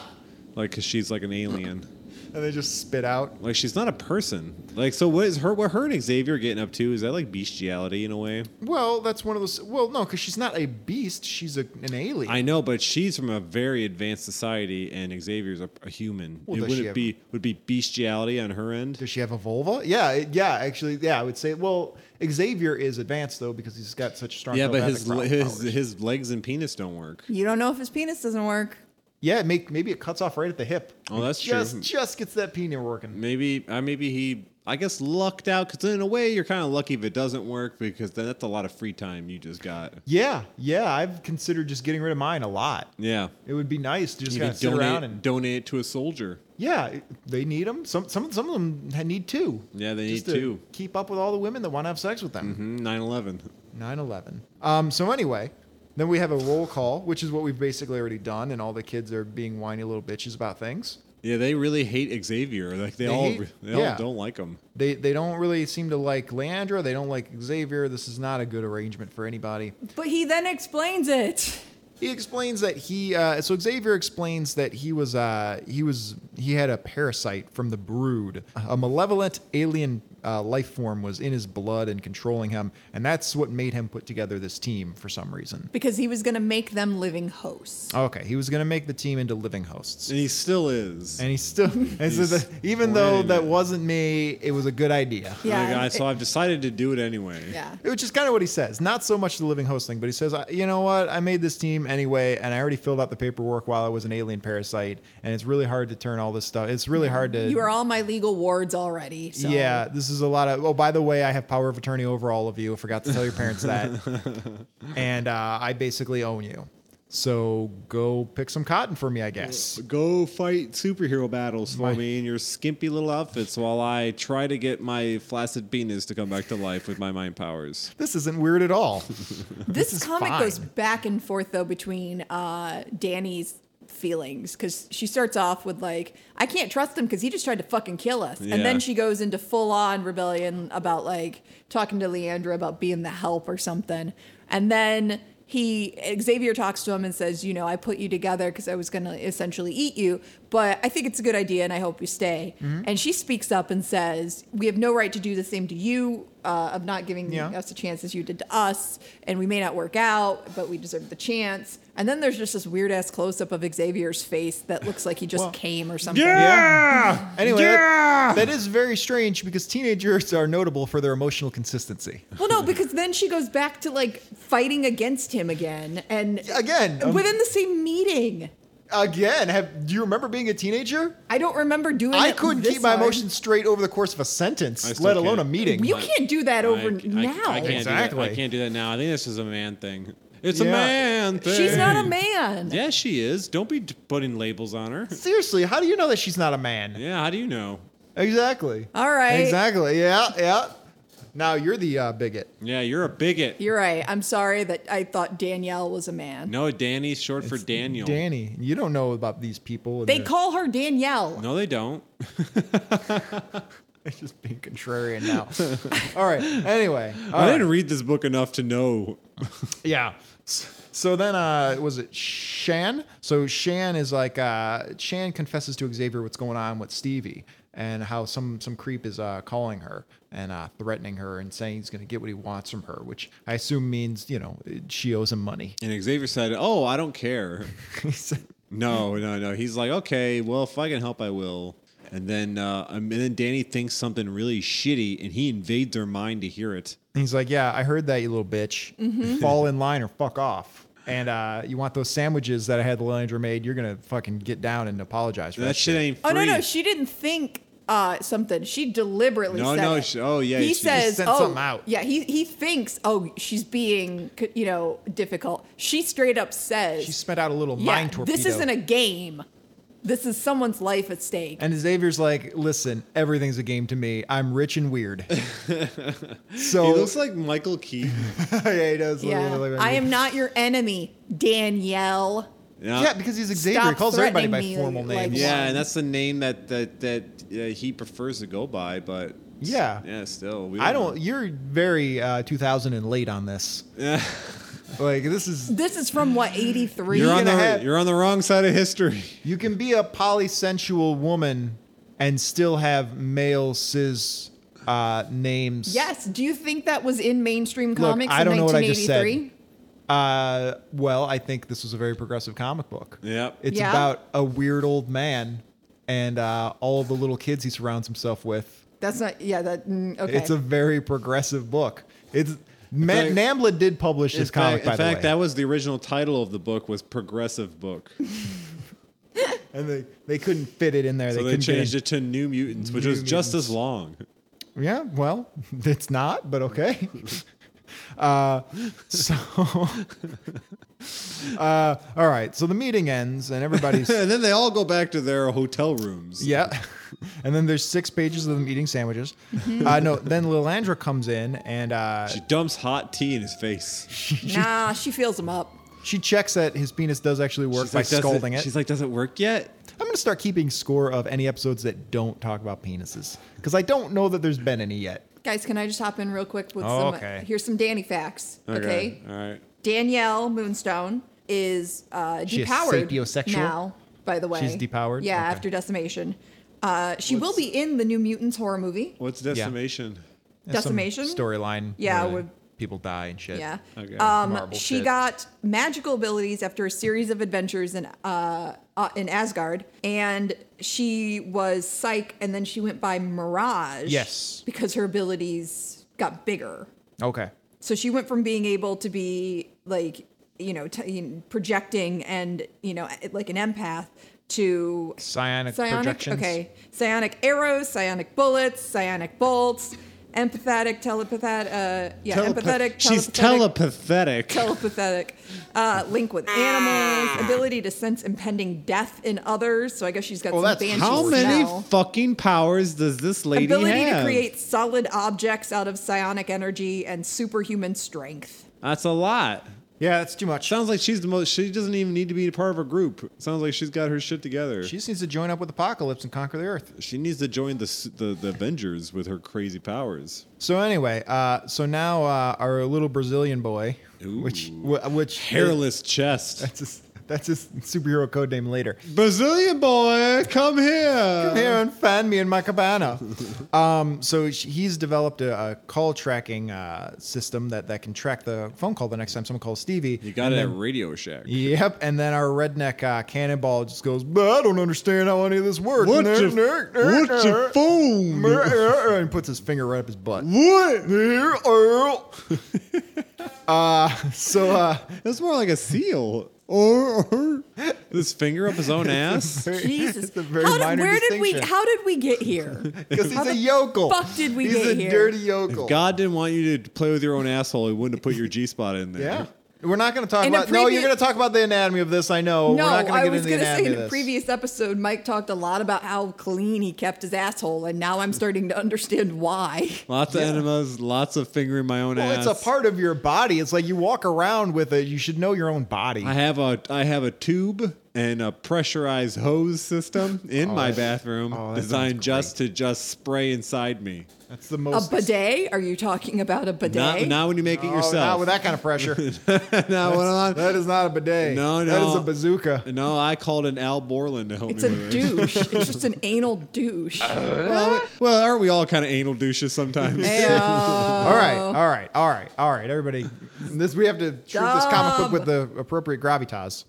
[SPEAKER 3] like because she's like an alien.
[SPEAKER 4] And they just spit out.
[SPEAKER 3] Like she's not a person. Like so, what is her? What her and Xavier are getting up to? Is that like bestiality in a way?
[SPEAKER 4] Well, that's one of those. Well, no, because she's not a beast. She's a, an alien.
[SPEAKER 3] I know, but she's from a very advanced society, and Xavier's a, a human.
[SPEAKER 4] Well,
[SPEAKER 3] it
[SPEAKER 4] does she
[SPEAKER 3] wouldn't
[SPEAKER 4] have-
[SPEAKER 3] be would be bestiality on her end.
[SPEAKER 4] Does she have a vulva? Yeah, it- yeah. Actually, yeah. I would say. Well, Xavier is advanced though because he's got such strong.
[SPEAKER 3] Yeah, but
[SPEAKER 4] telepathic
[SPEAKER 3] his
[SPEAKER 4] pro-
[SPEAKER 3] le- his,
[SPEAKER 4] powers.
[SPEAKER 3] his legs and penis don't work.
[SPEAKER 5] You don't know if his penis doesn't work.
[SPEAKER 4] yeah. it Make, maybe it cuts off right at the hip.
[SPEAKER 3] Oh,
[SPEAKER 4] It
[SPEAKER 3] that's true.
[SPEAKER 4] just, Just gets that penis working.
[SPEAKER 3] Maybe I maybe he I guess lucked out because in a way you're kind of lucky if it doesn't work because then that's a lot of free time you just got.
[SPEAKER 4] Yeah, yeah. I've considered just getting rid of mine a lot.
[SPEAKER 3] Yeah,
[SPEAKER 4] It would be nice to just
[SPEAKER 3] you
[SPEAKER 4] kind
[SPEAKER 3] can
[SPEAKER 4] of sit around
[SPEAKER 3] donate
[SPEAKER 4] and
[SPEAKER 3] donate to a soldier.
[SPEAKER 4] yeah, it- they need them. Some some some of them ha- need two.
[SPEAKER 3] Yeah, they
[SPEAKER 4] Just
[SPEAKER 3] need
[SPEAKER 4] to
[SPEAKER 3] two.
[SPEAKER 4] Keep up with all the women that want to have sex with them.
[SPEAKER 3] Hmm, Nine eleven.
[SPEAKER 4] 9 11. Um, so, anyway, then we have a roll call, which is what we've basically already done, and all the kids are being whiny little bitches about things.
[SPEAKER 3] Yeah, they really hate Xavier. Like they,
[SPEAKER 4] They
[SPEAKER 3] all
[SPEAKER 4] hate-
[SPEAKER 3] they all
[SPEAKER 4] yeah.
[SPEAKER 3] don't like him.
[SPEAKER 4] They, they don't really seem to like Leandra. They don't like Xavier. This is not a good arrangement for anybody.
[SPEAKER 5] But he then explains it.
[SPEAKER 4] He explains that he uh, so Xavier explains that he was uh, he was he had a parasite from the brood. A malevolent alien uh, life form was in his blood and controlling him, and that's what made him put together this team for some reason.
[SPEAKER 5] Because he was going to make them living hosts.
[SPEAKER 4] Okay, he was going to make the team into living hosts.
[SPEAKER 3] And he still is.
[SPEAKER 4] And he still, and so
[SPEAKER 3] He's
[SPEAKER 4] the, even though
[SPEAKER 3] winning
[SPEAKER 4] that
[SPEAKER 3] it.
[SPEAKER 4] wasn't me, it was a good idea.
[SPEAKER 5] Yeah.
[SPEAKER 3] Like, I, so I've decided to do it anyway.
[SPEAKER 5] yeah.
[SPEAKER 4] Which is kind of what he says. Not so much the living host thing, but he says, I- you know what? I made this team anyway, and I already filled out the paperwork while I was an alien parasite, and it's really hard to turn all this stuff. It's really hard to.
[SPEAKER 5] You are all my legal wards already. So.
[SPEAKER 4] Yeah, this is a lot of. Oh, by the way, I have power of attorney over all of you. I forgot to tell your parents that. And uh, I basically own you. So go pick some cotton for me, I guess.
[SPEAKER 3] Go fight superhero battles for me in your skimpy little outfits while I try to get my flaccid penis to come back to life with my mind powers.
[SPEAKER 4] This isn't weird at all.
[SPEAKER 5] This,
[SPEAKER 4] is
[SPEAKER 5] comic
[SPEAKER 4] fine.
[SPEAKER 5] goes back and forth, though, between uh, Danny's feelings. Because she starts off with, like, I can't trust him because he just tried to fucking kill us. And
[SPEAKER 3] Yeah.
[SPEAKER 5] then she goes into full on rebellion about, like, talking to Leandra about being the help or something. And then. He Xavier talks to him and says, "You know, I put you together because I was going to essentially eat you, but I think it's a good idea and I hope you stay."
[SPEAKER 4] Mm-hmm.
[SPEAKER 5] And she speaks up and says, "We have no right to do the same to you uh, of not giving
[SPEAKER 4] Yeah.
[SPEAKER 5] us the chance as you did to us, and we may not work out, but we deserve the chance. And then there's just this weird ass close up of Xavier's face that looks like he just
[SPEAKER 4] Well-
[SPEAKER 5] came or something.
[SPEAKER 4] Yeah. Anyway, that- that is very strange because teenagers are notable for their emotional consistency.
[SPEAKER 5] Well, no, because then she goes back to like fighting against him again, and
[SPEAKER 4] Again, um,
[SPEAKER 5] within the same meeting.
[SPEAKER 4] Again, have do you remember being a teenager?
[SPEAKER 5] I don't remember doing.
[SPEAKER 4] I
[SPEAKER 5] it
[SPEAKER 4] couldn't
[SPEAKER 5] this
[SPEAKER 4] keep my
[SPEAKER 5] hard.
[SPEAKER 4] emotions straight over the course of a
[SPEAKER 3] I
[SPEAKER 4] sentence,
[SPEAKER 3] still
[SPEAKER 4] let alone
[SPEAKER 3] can't.
[SPEAKER 4] a meeting.
[SPEAKER 5] You
[SPEAKER 3] I-
[SPEAKER 5] can't do that over now.
[SPEAKER 3] I can't Do
[SPEAKER 4] Exactly.
[SPEAKER 3] that. I can't do that now. I think this is a man thing. It's a
[SPEAKER 4] Yeah.
[SPEAKER 3] man thing.
[SPEAKER 5] She's not a man.
[SPEAKER 3] Yeah, she is. Don't be putting labels on her.
[SPEAKER 4] Seriously, how do you know that she's not a man?
[SPEAKER 3] Yeah, how do you know?
[SPEAKER 4] Exactly.
[SPEAKER 5] All right.
[SPEAKER 4] Exactly. Yeah. Yeah. Now you're the uh, bigot.
[SPEAKER 3] Yeah, you're a bigot.
[SPEAKER 5] You're right. I'm sorry that I thought Danielle was a man.
[SPEAKER 3] No, Danny's short for Daniel.
[SPEAKER 4] Danny, you don't know about these people. and
[SPEAKER 5] They
[SPEAKER 4] they're-
[SPEAKER 5] call her Danielle.
[SPEAKER 3] No, they don't.
[SPEAKER 4] They're just being contrarian now. All right. Anyway. all
[SPEAKER 3] I
[SPEAKER 4] right.
[SPEAKER 3] didn't read this book enough to know.
[SPEAKER 4] Yeah. S- So then, uh, was it Shan? So Shan is like uh, Shan confesses to Xavier what's going on with Stevie and how some some creep is uh, calling her and uh, threatening her and saying he's going to get what he wants from her, which I assume means you know she owes him money.
[SPEAKER 3] And Xavier said, "Oh, I don't care." no, no, no. He's like, "Okay, well, if I can help, I will." And then, uh, um, and then Danny thinks something really shitty, and he invades her mind to hear it.
[SPEAKER 4] And he's like, "Yeah, I heard that, you little bitch.
[SPEAKER 5] Mm-hmm.
[SPEAKER 4] Fall in line or fuck off." And uh, you want those sandwiches that I had the laundry made? You're gonna fucking get down and apologize for that,
[SPEAKER 3] That shit ain't free.
[SPEAKER 5] Oh no, no, she didn't think uh, something. She deliberately
[SPEAKER 3] No,
[SPEAKER 5] said
[SPEAKER 3] no,
[SPEAKER 5] it.
[SPEAKER 3] she- oh, yeah,
[SPEAKER 5] He
[SPEAKER 3] she just
[SPEAKER 5] says,
[SPEAKER 4] sent
[SPEAKER 5] "Oh,
[SPEAKER 4] something out."
[SPEAKER 5] yeah." He he thinks, "Oh, she's being you know difficult." She straight up says,
[SPEAKER 4] She spit out a little
[SPEAKER 5] "Yeah,
[SPEAKER 4] mind torpedo.
[SPEAKER 5] this isn't a game. This is someone's life at stake."
[SPEAKER 4] And Xavier's like, listen, everything's a game to me. I'm rich and weird. so
[SPEAKER 3] He looks like Michael Keaton.
[SPEAKER 4] yeah, he does. look a
[SPEAKER 5] yeah,
[SPEAKER 4] little like-
[SPEAKER 5] I am not your enemy, Danielle.
[SPEAKER 3] Yeah.
[SPEAKER 4] Yeah, because he's Xavier.
[SPEAKER 5] Stop
[SPEAKER 4] he calls everybody by
[SPEAKER 5] threatening me
[SPEAKER 4] formal
[SPEAKER 5] like-
[SPEAKER 4] names.
[SPEAKER 3] Yeah, and that's the name that that that uh, he prefers to go by. But
[SPEAKER 4] Yeah.
[SPEAKER 3] yeah, still, we
[SPEAKER 4] I don't. You're very uh, 2000 and late on this. like this is.
[SPEAKER 5] This is from what eighty three.
[SPEAKER 3] You're on the
[SPEAKER 4] gonna have-
[SPEAKER 3] you're on the wrong side of history.
[SPEAKER 4] You can be a polysensual woman and still have male cis uh, names.
[SPEAKER 5] Yes. Do you think that was in mainstream
[SPEAKER 4] Look,
[SPEAKER 5] comics
[SPEAKER 4] I don't
[SPEAKER 5] in
[SPEAKER 4] know what I just said.
[SPEAKER 5] 1983?
[SPEAKER 4] Uh, well, I think this was a very progressive comic book.
[SPEAKER 3] Yep.
[SPEAKER 4] It's
[SPEAKER 5] Yeah.
[SPEAKER 4] about a weird old man and uh, all the little kids he surrounds himself with.
[SPEAKER 5] That's not. Yeah. That. mm, okay.
[SPEAKER 4] It's a very progressive book. It's Ma-
[SPEAKER 3] fact-
[SPEAKER 4] Nambla did publish
[SPEAKER 3] In
[SPEAKER 4] this
[SPEAKER 3] fact,
[SPEAKER 4] comic, by
[SPEAKER 3] in
[SPEAKER 4] the
[SPEAKER 3] fact,
[SPEAKER 4] way,
[SPEAKER 3] that was the original title of the book was Progressive Book.
[SPEAKER 4] and they, they couldn't fit it in there.
[SPEAKER 3] So
[SPEAKER 4] they,
[SPEAKER 3] they,
[SPEAKER 4] couldn't
[SPEAKER 3] changed
[SPEAKER 4] get
[SPEAKER 3] it to New Mutants, which
[SPEAKER 4] New
[SPEAKER 3] was just as long.
[SPEAKER 4] it. Yeah, well, it's not, but okay. uh, so, uh, all right. So the meeting ends, and everybody's
[SPEAKER 3] and then they all go back to their hotel rooms.
[SPEAKER 4] Yeah. And then there's six pages of them eating sandwiches.
[SPEAKER 5] Mm-hmm.
[SPEAKER 4] Uh, no, then Lilandra comes in and uh,
[SPEAKER 3] She dumps hot tea in his face.
[SPEAKER 5] nah, she feels him up.
[SPEAKER 4] she checks that his penis does actually work
[SPEAKER 3] She's
[SPEAKER 4] by
[SPEAKER 3] like, "Does
[SPEAKER 4] scalding it.
[SPEAKER 3] She's like, "Does it work yet?"
[SPEAKER 4] I'm going to start keeping score of any episodes that don't talk about penises because I don't know that there's been any yet.
[SPEAKER 5] Guys, can I just hop in real quick with
[SPEAKER 4] Oh,
[SPEAKER 5] some?
[SPEAKER 4] okay.
[SPEAKER 5] Here's some Danny facts. Okay.
[SPEAKER 3] All right.
[SPEAKER 5] Danielle Moonstone is uh,
[SPEAKER 4] She is
[SPEAKER 5] depowered
[SPEAKER 4] sapiosexual?
[SPEAKER 5] now. By the way,
[SPEAKER 4] She's depowered?
[SPEAKER 5] Yeah,
[SPEAKER 4] Okay.
[SPEAKER 5] after decimation, uh, she will be in the New Mutants horror movie.
[SPEAKER 3] What's decimation?
[SPEAKER 4] There's some
[SPEAKER 5] Decimation?
[SPEAKER 4] storyline.
[SPEAKER 5] Yeah,
[SPEAKER 4] where
[SPEAKER 5] would-
[SPEAKER 4] people die and shit.
[SPEAKER 5] Yeah.
[SPEAKER 3] Okay.
[SPEAKER 5] Um,
[SPEAKER 4] Marvel
[SPEAKER 5] she
[SPEAKER 4] shit.
[SPEAKER 5] got magical abilities after a series of adventures in uh, uh, in Asgard, and she was Psyche, and then she went by Mirage.
[SPEAKER 4] Yes.
[SPEAKER 5] because her abilities got bigger.
[SPEAKER 4] Okay.
[SPEAKER 5] So she went from being able to be like, you know, t- you know, projecting and, you know, like an empath to
[SPEAKER 4] Psionic,
[SPEAKER 5] psionic,
[SPEAKER 4] projections.
[SPEAKER 5] okay, psionic arrows, psionic bullets, psionic bolts, empathetic, telepathic, uh, yeah, empathetic,
[SPEAKER 3] She's
[SPEAKER 5] telepathetic,
[SPEAKER 3] telepathetic.
[SPEAKER 5] telepathic, uh, link with animals, ability to sense impending death in others. So I guess she's got
[SPEAKER 4] Oh,
[SPEAKER 5] some
[SPEAKER 4] that's-
[SPEAKER 5] banshee
[SPEAKER 3] How many
[SPEAKER 5] smell.
[SPEAKER 3] fucking powers does this lady
[SPEAKER 5] ability
[SPEAKER 3] have?
[SPEAKER 5] to create solid objects out of psionic energy and superhuman strength.
[SPEAKER 3] That's a lot.
[SPEAKER 4] Yeah, that's too much.
[SPEAKER 3] Sounds like she's the most. She doesn't even need to be a part of a group. Sounds like she's got her shit together.
[SPEAKER 4] She just needs to join up with Apocalypse and conquer the earth.
[SPEAKER 3] she needs to join the s- the, the Avengers with her crazy powers.
[SPEAKER 4] So anyway, uh, so now uh, our little Brazilian boy, which wh- which
[SPEAKER 3] Hairless chest.
[SPEAKER 4] That's his, that's his superhero code name later.
[SPEAKER 3] Brazilian boy, come here.
[SPEAKER 4] Come here and find me in my cabana. um, so sh- he's developed a, a call tracking uh, system that, that can track the phone call the next time someone calls Stevie.
[SPEAKER 3] You got it at Radio Shack.
[SPEAKER 4] Yep, and then our redneck uh, cannonball just goes, "But I don't understand how any of this works."
[SPEAKER 3] phone?
[SPEAKER 4] eh, and puts his finger right up his butt.
[SPEAKER 3] What?
[SPEAKER 4] So uh,
[SPEAKER 3] That's more like a seal. this finger up his own ass.
[SPEAKER 5] Jesus,
[SPEAKER 4] a very
[SPEAKER 5] how did,
[SPEAKER 4] minor
[SPEAKER 5] where did we?
[SPEAKER 4] distinction.
[SPEAKER 5] How did we get here?
[SPEAKER 4] because he's a yokel.
[SPEAKER 5] fuck did we
[SPEAKER 4] he's
[SPEAKER 5] get
[SPEAKER 4] a
[SPEAKER 5] here?
[SPEAKER 4] dirty yokel.
[SPEAKER 3] God didn't want you to play with your own asshole. He wouldn't have put your G spot in there.
[SPEAKER 4] yeah. We're not going to talk
[SPEAKER 5] In a
[SPEAKER 4] about. no, you're
[SPEAKER 5] previ-
[SPEAKER 4] going to talk about the anatomy of this. I know.
[SPEAKER 5] no,
[SPEAKER 4] We're not going
[SPEAKER 5] I
[SPEAKER 4] to get
[SPEAKER 5] was
[SPEAKER 4] into the
[SPEAKER 5] going to
[SPEAKER 4] anatomy
[SPEAKER 5] say in
[SPEAKER 4] of
[SPEAKER 5] a
[SPEAKER 4] this.
[SPEAKER 5] previous episode, Mike talked a lot about how clean he kept his asshole, and now I'm starting to understand why.
[SPEAKER 3] Lots of enemas, lots of fingering my own
[SPEAKER 4] Well,
[SPEAKER 3] ass.
[SPEAKER 4] it's a part of your body. It's like you walk around with it. You should know your own body.
[SPEAKER 3] I have a I have a tube and a pressurized hose system in my
[SPEAKER 4] that-
[SPEAKER 3] bathroom
[SPEAKER 4] oh, that sounds
[SPEAKER 3] designed just to just spray inside me.
[SPEAKER 4] That's the
[SPEAKER 5] A
[SPEAKER 4] most.
[SPEAKER 5] bidet? Are you talking about a
[SPEAKER 3] Not,
[SPEAKER 5] bidet?
[SPEAKER 3] not when you make it
[SPEAKER 4] No, Not
[SPEAKER 3] yourself.
[SPEAKER 4] with that kind of pressure.
[SPEAKER 3] Not when I'm-
[SPEAKER 4] that is not a bidet.
[SPEAKER 3] No,
[SPEAKER 4] That is
[SPEAKER 3] no.
[SPEAKER 4] a bazooka.
[SPEAKER 3] No, I called an Al Borland to help
[SPEAKER 5] it's
[SPEAKER 3] me
[SPEAKER 5] a
[SPEAKER 3] with it.
[SPEAKER 5] douche. it's just an anal douche.
[SPEAKER 3] Well, well, aren't we all kind of anal douches sometimes?
[SPEAKER 5] Ayo.
[SPEAKER 4] All right, all right, all right, all right, everybody. This we have to treat this comic book with the appropriate gravitas.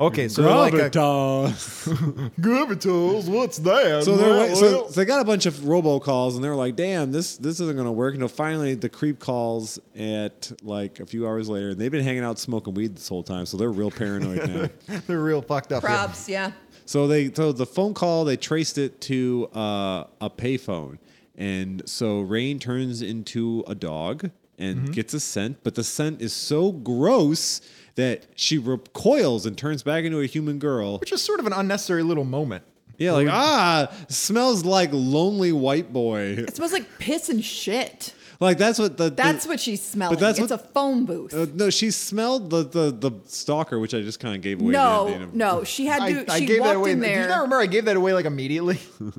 [SPEAKER 4] Okay, so like a-
[SPEAKER 3] Gravitas.
[SPEAKER 4] gravitas. What's that?
[SPEAKER 3] so, they're, like- so,
[SPEAKER 4] Well-
[SPEAKER 3] so they got a bunch of robocalls, and they're like, "Damn, this this isn't going to work." Until finally, the creep calls at like a few hours later, and they've been hanging out smoking weed this whole time, so they're real paranoid now.
[SPEAKER 4] they're real fucked up. here.
[SPEAKER 5] Props, yeah.
[SPEAKER 3] So they so the phone call they traced it to uh, a payphone, and so Rain turns into a dog and gets a scent, but the scent is so gross that she recoils and turns back into a human girl.
[SPEAKER 4] Which is sort of an unnecessary little moment.
[SPEAKER 3] Yeah, like ah, smells like lonely white boy.
[SPEAKER 5] It smells like piss and shit.
[SPEAKER 3] Like that's what the the-
[SPEAKER 5] That's what she's smelling.
[SPEAKER 3] that's
[SPEAKER 5] it's
[SPEAKER 3] what-
[SPEAKER 5] a phone booth.
[SPEAKER 4] Oh,
[SPEAKER 3] uh, no, she smelled the, the the stalker, which I just kind of gave away. at the
[SPEAKER 5] no,
[SPEAKER 3] end of-
[SPEAKER 5] no, she had
[SPEAKER 4] I,
[SPEAKER 5] to.
[SPEAKER 4] I
[SPEAKER 5] she
[SPEAKER 4] gave
[SPEAKER 5] walked
[SPEAKER 4] that away.
[SPEAKER 5] in
[SPEAKER 4] Do you
[SPEAKER 5] there.
[SPEAKER 4] not remember I gave that away like immediately?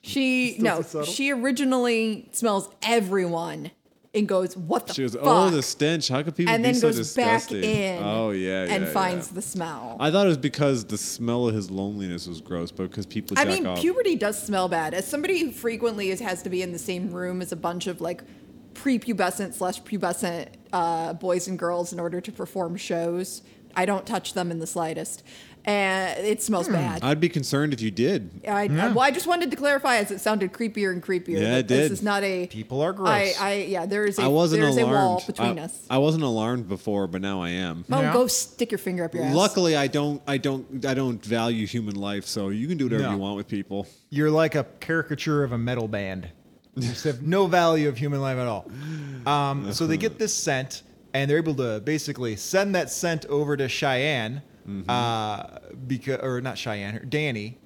[SPEAKER 5] She
[SPEAKER 4] Still
[SPEAKER 5] no,
[SPEAKER 4] too subtle?
[SPEAKER 5] she originally smells everyone and goes, "What the
[SPEAKER 3] She goes,
[SPEAKER 5] fuck?"
[SPEAKER 3] oh, the stench. How could people
[SPEAKER 5] and
[SPEAKER 3] be
[SPEAKER 5] then
[SPEAKER 3] so
[SPEAKER 5] goes
[SPEAKER 3] disgusting?
[SPEAKER 5] back in.
[SPEAKER 3] oh yeah,
[SPEAKER 5] and
[SPEAKER 3] yeah,
[SPEAKER 5] finds
[SPEAKER 3] yeah.
[SPEAKER 5] the smell.
[SPEAKER 3] I thought it was because the smell of his loneliness was gross, but because people
[SPEAKER 5] I
[SPEAKER 3] jack
[SPEAKER 5] mean,
[SPEAKER 3] off.
[SPEAKER 5] puberty does smell bad. As somebody who frequently is, has to be in the same room as a bunch of like prepubescent slash pubescent uh, boys and girls in order to perform shows, I don't touch them in the slightest, and it
[SPEAKER 3] Hmm.
[SPEAKER 5] smells bad. I,
[SPEAKER 3] I'd be concerned if you did.
[SPEAKER 5] I, well, I just wanted to clarify as it sounded creepier and
[SPEAKER 3] Yeah,
[SPEAKER 5] creepier. that
[SPEAKER 3] it
[SPEAKER 5] This
[SPEAKER 3] did.
[SPEAKER 5] is not a
[SPEAKER 4] People are gross.
[SPEAKER 5] I, I yeah, there is a
[SPEAKER 3] I wasn't
[SPEAKER 5] there's
[SPEAKER 3] alarmed.
[SPEAKER 5] a wall between
[SPEAKER 3] I,
[SPEAKER 5] us.
[SPEAKER 3] I wasn't alarmed before, but now I am.
[SPEAKER 5] Oh,
[SPEAKER 4] Yeah.
[SPEAKER 5] go stick your finger up your ass.
[SPEAKER 3] Luckily, I don't, I don't, I don't value human life, so you can do whatever
[SPEAKER 4] No.
[SPEAKER 3] you want with people.
[SPEAKER 4] You're like a caricature of a metal band. You just have no value of human life at all. Um, so they get this scent, and they're able to basically send that scent over to Cheyenne, uh, because or not Cheyenne, her Danny.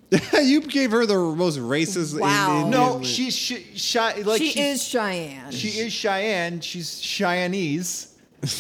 [SPEAKER 3] you gave her the most racist.
[SPEAKER 5] Wow.
[SPEAKER 3] Indian-
[SPEAKER 4] No, she's she, she, like
[SPEAKER 5] she
[SPEAKER 4] she's-
[SPEAKER 5] is Cheyenne.
[SPEAKER 4] she is Cheyenne. She's Cheyenneese,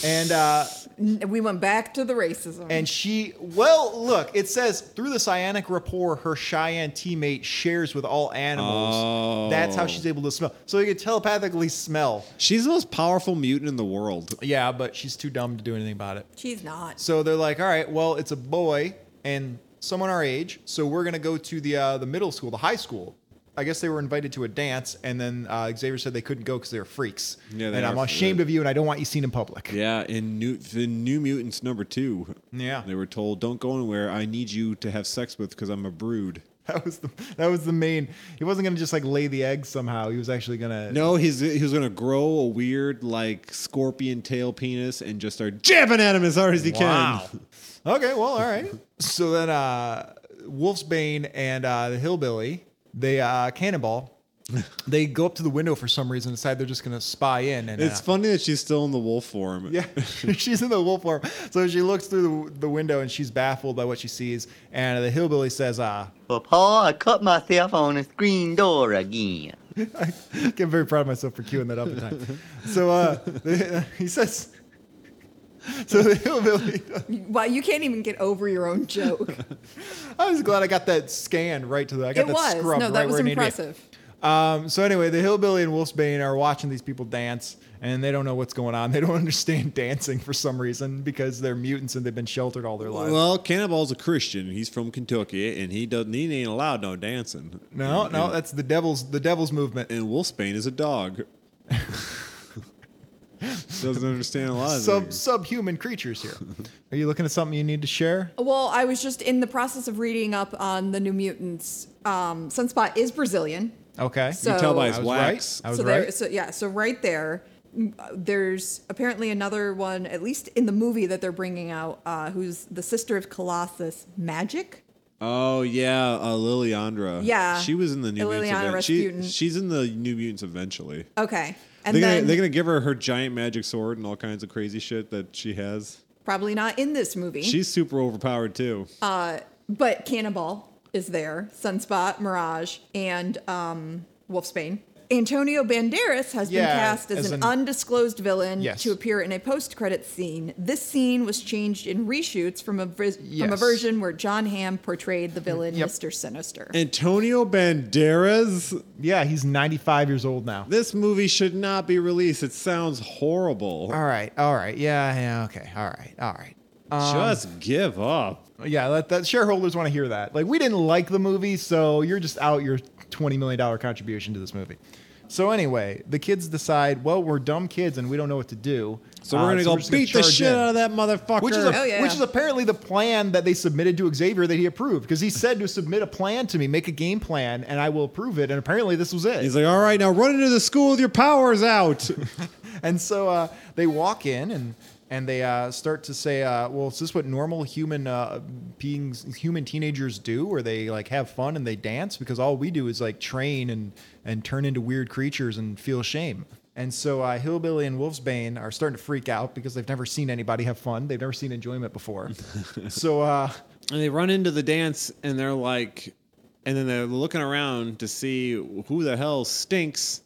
[SPEAKER 4] and uh,
[SPEAKER 5] N- we went back to the racism.
[SPEAKER 4] and she well look. It says through the psionic rapport her Cheyenne teammate shares with all animals. That's how
[SPEAKER 3] Oh.
[SPEAKER 4] she's able to smell. So you can telepathically smell.
[SPEAKER 3] She's the most powerful mutant in the world.
[SPEAKER 4] Yeah, but she's too dumb to do anything about it.
[SPEAKER 5] She's not.
[SPEAKER 4] So they're like, all right, well, it's a boy and someone our age, so we're gonna go to the uh, the middle school, the high school. I guess they were invited to a dance, and then uh, Xavier said they couldn't go because they were freaks.
[SPEAKER 3] Yeah, they
[SPEAKER 4] and I'm
[SPEAKER 3] are-
[SPEAKER 4] ashamed of you, and I don't want you seen in public.
[SPEAKER 3] Yeah, in New the New Mutants number two.
[SPEAKER 4] Yeah.
[SPEAKER 3] they were told, "Don't go anywhere. I need you to have sex with because I'm a brood."
[SPEAKER 4] That was the that was the main. He wasn't gonna just like lay the egg somehow. He was actually gonna.
[SPEAKER 3] No, he's he was gonna grow a weird like scorpion tail penis and just start jabbing at him as hard as he can.
[SPEAKER 4] Okay, well, all right. so then, uh, Wolfsbane and uh, the hillbilly, they uh, cannonball. they go up to the window for some reason. Decide they're just gonna spy in. And
[SPEAKER 3] It's
[SPEAKER 4] uh,
[SPEAKER 3] funny that she's still in the wolf form.
[SPEAKER 4] Yeah, she's in the wolf form. So she looks through the, the window and she's baffled by what she sees. And the hillbilly says, uh,
[SPEAKER 2] But Paul, I cut myself on the screen door again.
[SPEAKER 4] I'm very proud of myself for queuing that up in time. So uh, the- he says, so the hillbilly,
[SPEAKER 5] Wow, you can't even get over your own joke.
[SPEAKER 4] I was glad I got that scan right to the, I got
[SPEAKER 5] it
[SPEAKER 4] that
[SPEAKER 5] was.
[SPEAKER 4] scrub
[SPEAKER 5] No, that
[SPEAKER 4] right
[SPEAKER 5] was
[SPEAKER 4] where it needed to be.
[SPEAKER 5] impressive.
[SPEAKER 4] Um, so anyway, the hillbilly and Wolfsbane are watching these people dance, and they don't know what's going on. They don't understand dancing for some reason because they're mutants and they've been sheltered all their lives.
[SPEAKER 3] Well, Cannonball's a Christian. He's from Kentucky, and he doesn't. He ain't allowed no dancing.
[SPEAKER 4] no,
[SPEAKER 3] And-
[SPEAKER 4] no,
[SPEAKER 3] and-
[SPEAKER 4] that's the devil's the devil's movement.
[SPEAKER 3] and Wolfsbane is a dog. doesn't understand a lot of
[SPEAKER 4] Sub
[SPEAKER 3] things.
[SPEAKER 4] subhuman creatures here. Are you looking at something you need to share?
[SPEAKER 5] Well, I was just in the process of reading up on the New Mutants. Um, Sunspot is Brazilian.
[SPEAKER 4] Okay.
[SPEAKER 5] So-
[SPEAKER 3] You can tell by
[SPEAKER 5] I
[SPEAKER 3] his
[SPEAKER 4] was
[SPEAKER 3] wax.
[SPEAKER 4] right. I was
[SPEAKER 5] so there,
[SPEAKER 4] right.
[SPEAKER 5] so yeah, so right there, m- uh, there's apparently another one, at least in the movie that they're bringing out, uh, who's the sister of Colossus, Magic.
[SPEAKER 3] Oh yeah, uh, Liliandra.
[SPEAKER 5] Yeah.
[SPEAKER 3] she was in the New Mutants.
[SPEAKER 5] Liliana
[SPEAKER 3] event- She,
[SPEAKER 5] Rasputin.
[SPEAKER 3] she's in the New Mutants eventually.
[SPEAKER 5] Okay, and
[SPEAKER 3] They're
[SPEAKER 5] then
[SPEAKER 3] gonna, they're gonna give her her giant magic sword and all kinds of crazy shit that she has.
[SPEAKER 5] probably not in this movie.
[SPEAKER 3] She's super overpowered too.
[SPEAKER 5] But Cannonball is there, Sunspot, Mirage, and um, Wolfsbane. Antonio Banderas has
[SPEAKER 4] Yeah,
[SPEAKER 5] been cast as,
[SPEAKER 4] as
[SPEAKER 5] an,
[SPEAKER 4] an-
[SPEAKER 5] undisclosed villain
[SPEAKER 4] Yes.
[SPEAKER 5] to appear in a post-credit scene. This scene was changed in reshoots from a vers- from a
[SPEAKER 4] Yes.
[SPEAKER 5] version where John Hamm portrayed the villain
[SPEAKER 4] Yep.
[SPEAKER 5] Mr. Sinister.
[SPEAKER 3] Antonio Banderas.
[SPEAKER 4] Yeah, he's 95 years old now.
[SPEAKER 3] This movie should not be released. It sounds horrible.
[SPEAKER 4] All right, all right, yeah, yeah, okay, all right, all right. Um,
[SPEAKER 3] Just give up.
[SPEAKER 4] Yeah, let that shareholders want to hear that. Like we didn't like the movie, so you're just out your twenty million dollar contribution to this movie. So anyway, the kids decide, well, we're dumb kids and we don't know what to do.
[SPEAKER 3] So
[SPEAKER 4] Uh,
[SPEAKER 3] we're gonna go
[SPEAKER 4] just
[SPEAKER 3] beat the
[SPEAKER 4] charge
[SPEAKER 3] shit
[SPEAKER 4] in.
[SPEAKER 3] out of that motherfucker.
[SPEAKER 4] Which is, a,
[SPEAKER 5] Oh, yeah.
[SPEAKER 4] which is apparently the plan that they submitted to Xavier that he approved because he said to submit a plan to me, make a game plan, and I will approve it. And apparently this was it.
[SPEAKER 3] He's like, all right, now run into the school with your powers out.
[SPEAKER 4] and so uh, they walk in and and they uh, start to say, uh, "Well, is this what normal human uh, beings, human teenagers do, where they like have fun and they dance? Because all we do is like train and and turn into weird creatures and feel shame." And so uh, Hillbilly and Wolfsbane are starting to freak out because they've never seen anybody have fun. They've never seen enjoyment before. so uh,
[SPEAKER 3] and they run into the dance and they're like, and then they're looking around to see who the hell stinks.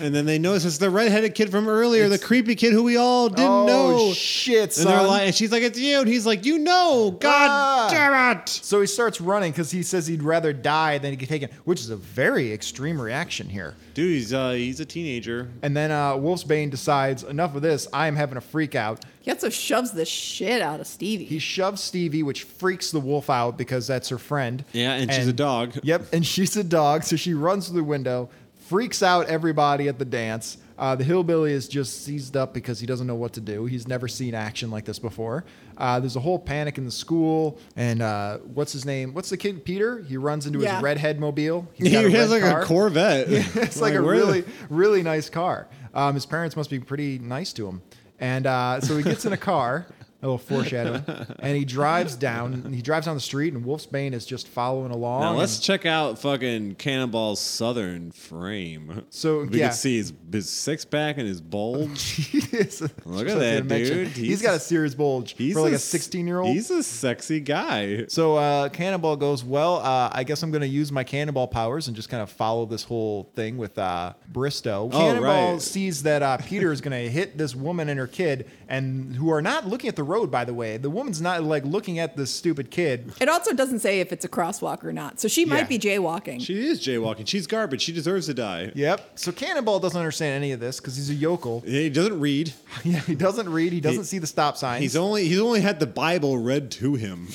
[SPEAKER 3] and then they notice it's the redheaded kid from earlier, the creepy kid who we all didn't
[SPEAKER 4] oh
[SPEAKER 3] know.
[SPEAKER 4] shit,
[SPEAKER 3] and they're
[SPEAKER 4] son.
[SPEAKER 3] like, and she's like, it's you. And he's like, you know, God
[SPEAKER 4] Ah.
[SPEAKER 3] damn it.
[SPEAKER 4] So he starts running because he says he'd rather die than get taken, which is a very extreme reaction here.
[SPEAKER 3] Dude, he's, uh, he's a teenager.
[SPEAKER 4] And then uh, Wolfsbane decides, enough of this. I am having a freak out.
[SPEAKER 5] He also shoves the shit out of Stevie.
[SPEAKER 4] He shoves Stevie, which freaks the wolf out because that's her friend.
[SPEAKER 3] Yeah, and she's a dog.
[SPEAKER 4] Yep, and she's a dog. So she runs through the window, freaks out everybody at the dance. Uh, the hillbilly is just seized up because he doesn't know what to do. He's never seen action like this before. Uh, there's a whole panic in the school. And uh, what's his name? What's the kid? Peter? He runs into
[SPEAKER 5] Yeah.
[SPEAKER 4] his redhead mobile. He's
[SPEAKER 3] He
[SPEAKER 4] got
[SPEAKER 3] has
[SPEAKER 4] red
[SPEAKER 3] like
[SPEAKER 4] car.
[SPEAKER 3] a Corvette.
[SPEAKER 4] it's like, a
[SPEAKER 3] where the-
[SPEAKER 4] really, really nice car. Um, his parents must be pretty nice to him. And uh, so he gets in a car, a little foreshadowing, and he drives down. He drives down the street, and Wolfsbane is just following along.
[SPEAKER 3] Now let's
[SPEAKER 4] and-
[SPEAKER 3] check out fucking Cannonball's southern frame.
[SPEAKER 4] So,
[SPEAKER 3] we
[SPEAKER 4] yeah.
[SPEAKER 3] can see his, his six pack and his bulge.
[SPEAKER 4] Yes, that's
[SPEAKER 3] Look
[SPEAKER 4] what I
[SPEAKER 3] at
[SPEAKER 4] was
[SPEAKER 3] that,
[SPEAKER 4] gonna mention.
[SPEAKER 3] dude.
[SPEAKER 4] he's
[SPEAKER 3] He's-
[SPEAKER 4] got a serious bulge
[SPEAKER 3] He's
[SPEAKER 4] for like a
[SPEAKER 3] s-
[SPEAKER 4] 16 year old.
[SPEAKER 3] He's a sexy guy.
[SPEAKER 4] So uh, Cannonball goes, well, uh, I guess I'm going to use my Cannonball powers and just kind of follow this whole thing with uh, Bristow.
[SPEAKER 3] Oh,
[SPEAKER 4] Cannonball
[SPEAKER 3] right.
[SPEAKER 4] sees that uh, Peter is going to hit this woman and her kid, and who are not looking at the road, by the way. The woman's not like looking at this stupid kid.
[SPEAKER 5] it also doesn't say if it's a crosswalk or not, so she
[SPEAKER 4] Yeah.
[SPEAKER 5] might be jaywalking.
[SPEAKER 3] She is jaywalking. She's garbage. She deserves to die.
[SPEAKER 4] Yep. So Cannonball doesn't understand any of this because he's a yokel.
[SPEAKER 3] He doesn't read.
[SPEAKER 4] yeah, he doesn't read. He doesn't
[SPEAKER 3] He-
[SPEAKER 4] see the stop signs.
[SPEAKER 3] He's only he's only had the Bible read to him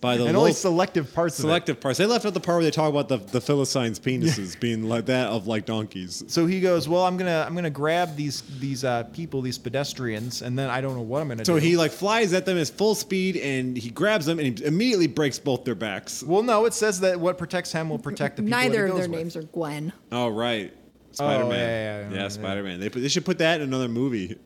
[SPEAKER 3] by the
[SPEAKER 4] and only
[SPEAKER 3] wolf-
[SPEAKER 4] selective parts of it.
[SPEAKER 3] selective parts. They left out the part where they talk about the the Philistines' penises being like that of like donkeys.
[SPEAKER 4] So he goes, well, I'm gonna I'm gonna grab these these uh, people, these pedestrians, and then I don't know what I'm gonna
[SPEAKER 3] So
[SPEAKER 4] do.
[SPEAKER 3] he like flies at them at full speed and he grabs them and he immediately breaks both their backs.
[SPEAKER 4] Well, no, it says that what protects him will protect the people. that
[SPEAKER 5] Neither
[SPEAKER 4] it
[SPEAKER 5] of
[SPEAKER 4] goes
[SPEAKER 5] their
[SPEAKER 4] with.
[SPEAKER 5] names are Gwen.
[SPEAKER 3] Oh right,
[SPEAKER 4] yeah,
[SPEAKER 3] Spider Man.
[SPEAKER 4] yeah, yeah, yeah.
[SPEAKER 3] Spider Man. They, put- they should put that in another movie.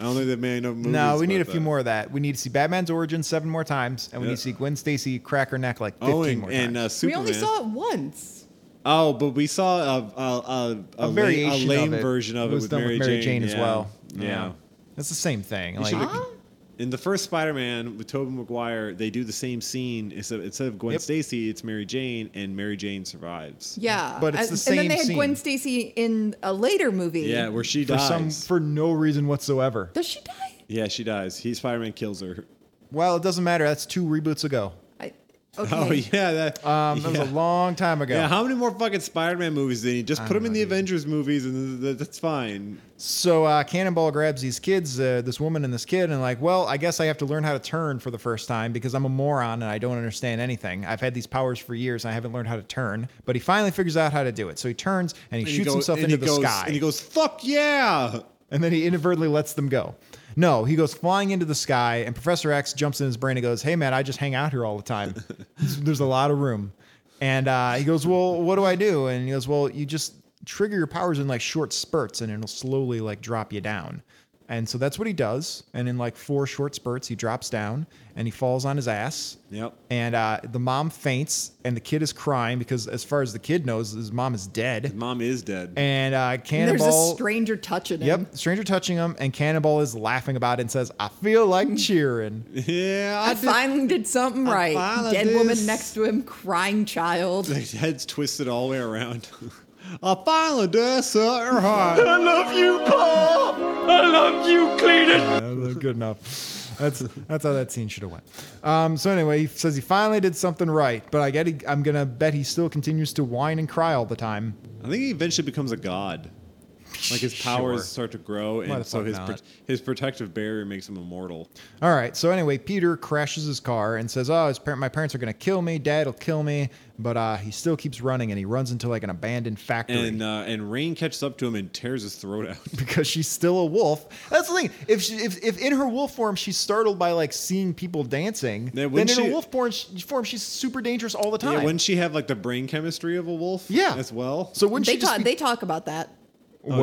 [SPEAKER 3] I don't think they've made enough movies.
[SPEAKER 4] No, we need a
[SPEAKER 3] about
[SPEAKER 4] few
[SPEAKER 3] that.
[SPEAKER 4] more of that. We need to see Batman's origin seven more times, and we
[SPEAKER 3] Yeah.
[SPEAKER 4] need to see Gwen Stacy crack her neck like fifteen
[SPEAKER 3] Oh, and,
[SPEAKER 4] more times.
[SPEAKER 3] and uh, Superman.
[SPEAKER 5] We only saw it once.
[SPEAKER 3] oh, but we saw a a, a, a,
[SPEAKER 4] A variation
[SPEAKER 3] lame, a lame
[SPEAKER 4] of it
[SPEAKER 3] version of it,
[SPEAKER 4] was
[SPEAKER 3] with,
[SPEAKER 4] done
[SPEAKER 3] Mary Jane,
[SPEAKER 4] as
[SPEAKER 3] yeah.
[SPEAKER 4] well.
[SPEAKER 3] Yeah.
[SPEAKER 4] it's the same thing. Like,
[SPEAKER 3] uh, should've- In the first Spider-Man with Tobey Maguire, they do the same scene. Instead of, instead of Gwen
[SPEAKER 4] Yep.
[SPEAKER 3] Stacy, it's Mary Jane, and Mary Jane survives.
[SPEAKER 5] Yeah,
[SPEAKER 4] But it's the
[SPEAKER 5] and,
[SPEAKER 4] same
[SPEAKER 5] And then they had
[SPEAKER 4] scene.
[SPEAKER 5] Gwen Stacy in a later movie.
[SPEAKER 3] Yeah, where she
[SPEAKER 4] for
[SPEAKER 3] dies.
[SPEAKER 4] some for no reason whatsoever.
[SPEAKER 5] Does she die?
[SPEAKER 3] yeah, she dies. He Spider-Man kills her.
[SPEAKER 4] Well, it doesn't matter. That's two reboots ago.
[SPEAKER 5] I, okay.
[SPEAKER 3] Oh yeah, that.
[SPEAKER 4] Um, that was a long time ago.
[SPEAKER 3] yeah, how many more fucking Spider-Man movies do they need? Just put them in
[SPEAKER 4] know,
[SPEAKER 3] the
[SPEAKER 4] dude.
[SPEAKER 3] Avengers movies, and th- th- that's fine.
[SPEAKER 4] So uh, Cannonball grabs these kids, uh, this woman and this kid, and like, well, I guess I have to learn how to turn for the first time because I'm a moron and I don't understand anything. I've had these powers for years and I haven't learned how to turn. But he finally figures out how to do it. So he turns and he
[SPEAKER 3] And he
[SPEAKER 4] shoots
[SPEAKER 3] goes-
[SPEAKER 4] himself
[SPEAKER 3] and
[SPEAKER 4] into
[SPEAKER 3] he
[SPEAKER 4] the
[SPEAKER 3] goes-
[SPEAKER 4] sky,
[SPEAKER 3] and he goes, "Fuck yeah!"
[SPEAKER 4] and then he inadvertently lets them go. No, he goes flying into the sky, and Professor X jumps in his brain and goes, "Hey man, I just hang out here all the time. There's a lot of room." And uh, he goes, "Well, what do I do?" And he goes, "Well, you just trigger your powers in like short spurts, and it'll slowly like drop you down." And so that's what he does. And in like four short spurts, he drops down and he falls on his ass.
[SPEAKER 3] Yep.
[SPEAKER 4] And uh, the mom faints, and the kid is crying because, as far as the kid knows, his mom is dead.
[SPEAKER 3] Mom is dead.
[SPEAKER 4] And uh,
[SPEAKER 5] And there's
[SPEAKER 4] Cannonball.
[SPEAKER 5] a stranger touching him.
[SPEAKER 4] Yep, stranger touching him, and Cannonball is laughing about it and says, "I feel like cheering."
[SPEAKER 3] yeah,
[SPEAKER 5] I,
[SPEAKER 3] I did.
[SPEAKER 5] finally did something right.
[SPEAKER 3] finally
[SPEAKER 5] Dead
[SPEAKER 3] did
[SPEAKER 5] woman
[SPEAKER 3] s-
[SPEAKER 5] next to him, crying child.
[SPEAKER 3] His head's twisted all the way around. I finally did something right.
[SPEAKER 2] I love you, Paul. I love you, Cletus.
[SPEAKER 4] Yeah, that's good enough. That's that's how that scene should have went. Um, so anyway, he says he finally did something right, but I get he, I'm gonna bet he still continues to whine and cry all the time.
[SPEAKER 3] I think he eventually becomes a god. Like his powers
[SPEAKER 4] Sure.
[SPEAKER 3] start to grow,
[SPEAKER 4] the
[SPEAKER 3] and so
[SPEAKER 4] fuck
[SPEAKER 3] his
[SPEAKER 4] not?
[SPEAKER 3] pro- his protective barrier makes him immortal.
[SPEAKER 4] All right. So anyway, Peter crashes his car and says, "Oh, his par- my parents are gonna kill me. Dad will kill me." But uh, he still keeps running and he runs into like an abandoned factory.
[SPEAKER 3] And uh, and Rain catches up to him and tears his throat out.
[SPEAKER 4] because she's still a wolf. That's the thing. If she, if, if in her wolf form she's startled by like seeing people dancing,
[SPEAKER 3] Then
[SPEAKER 4] then,
[SPEAKER 3] wouldn't
[SPEAKER 4] in her
[SPEAKER 3] she-
[SPEAKER 4] wolf form, she- form she's super dangerous all the time.
[SPEAKER 3] yeah, wouldn't she have like the brain chemistry of a wolf?
[SPEAKER 4] Yeah.
[SPEAKER 3] as well.
[SPEAKER 4] so wouldn't
[SPEAKER 5] They
[SPEAKER 4] she just
[SPEAKER 5] talk,
[SPEAKER 4] be-
[SPEAKER 5] they talk about that.
[SPEAKER 4] well,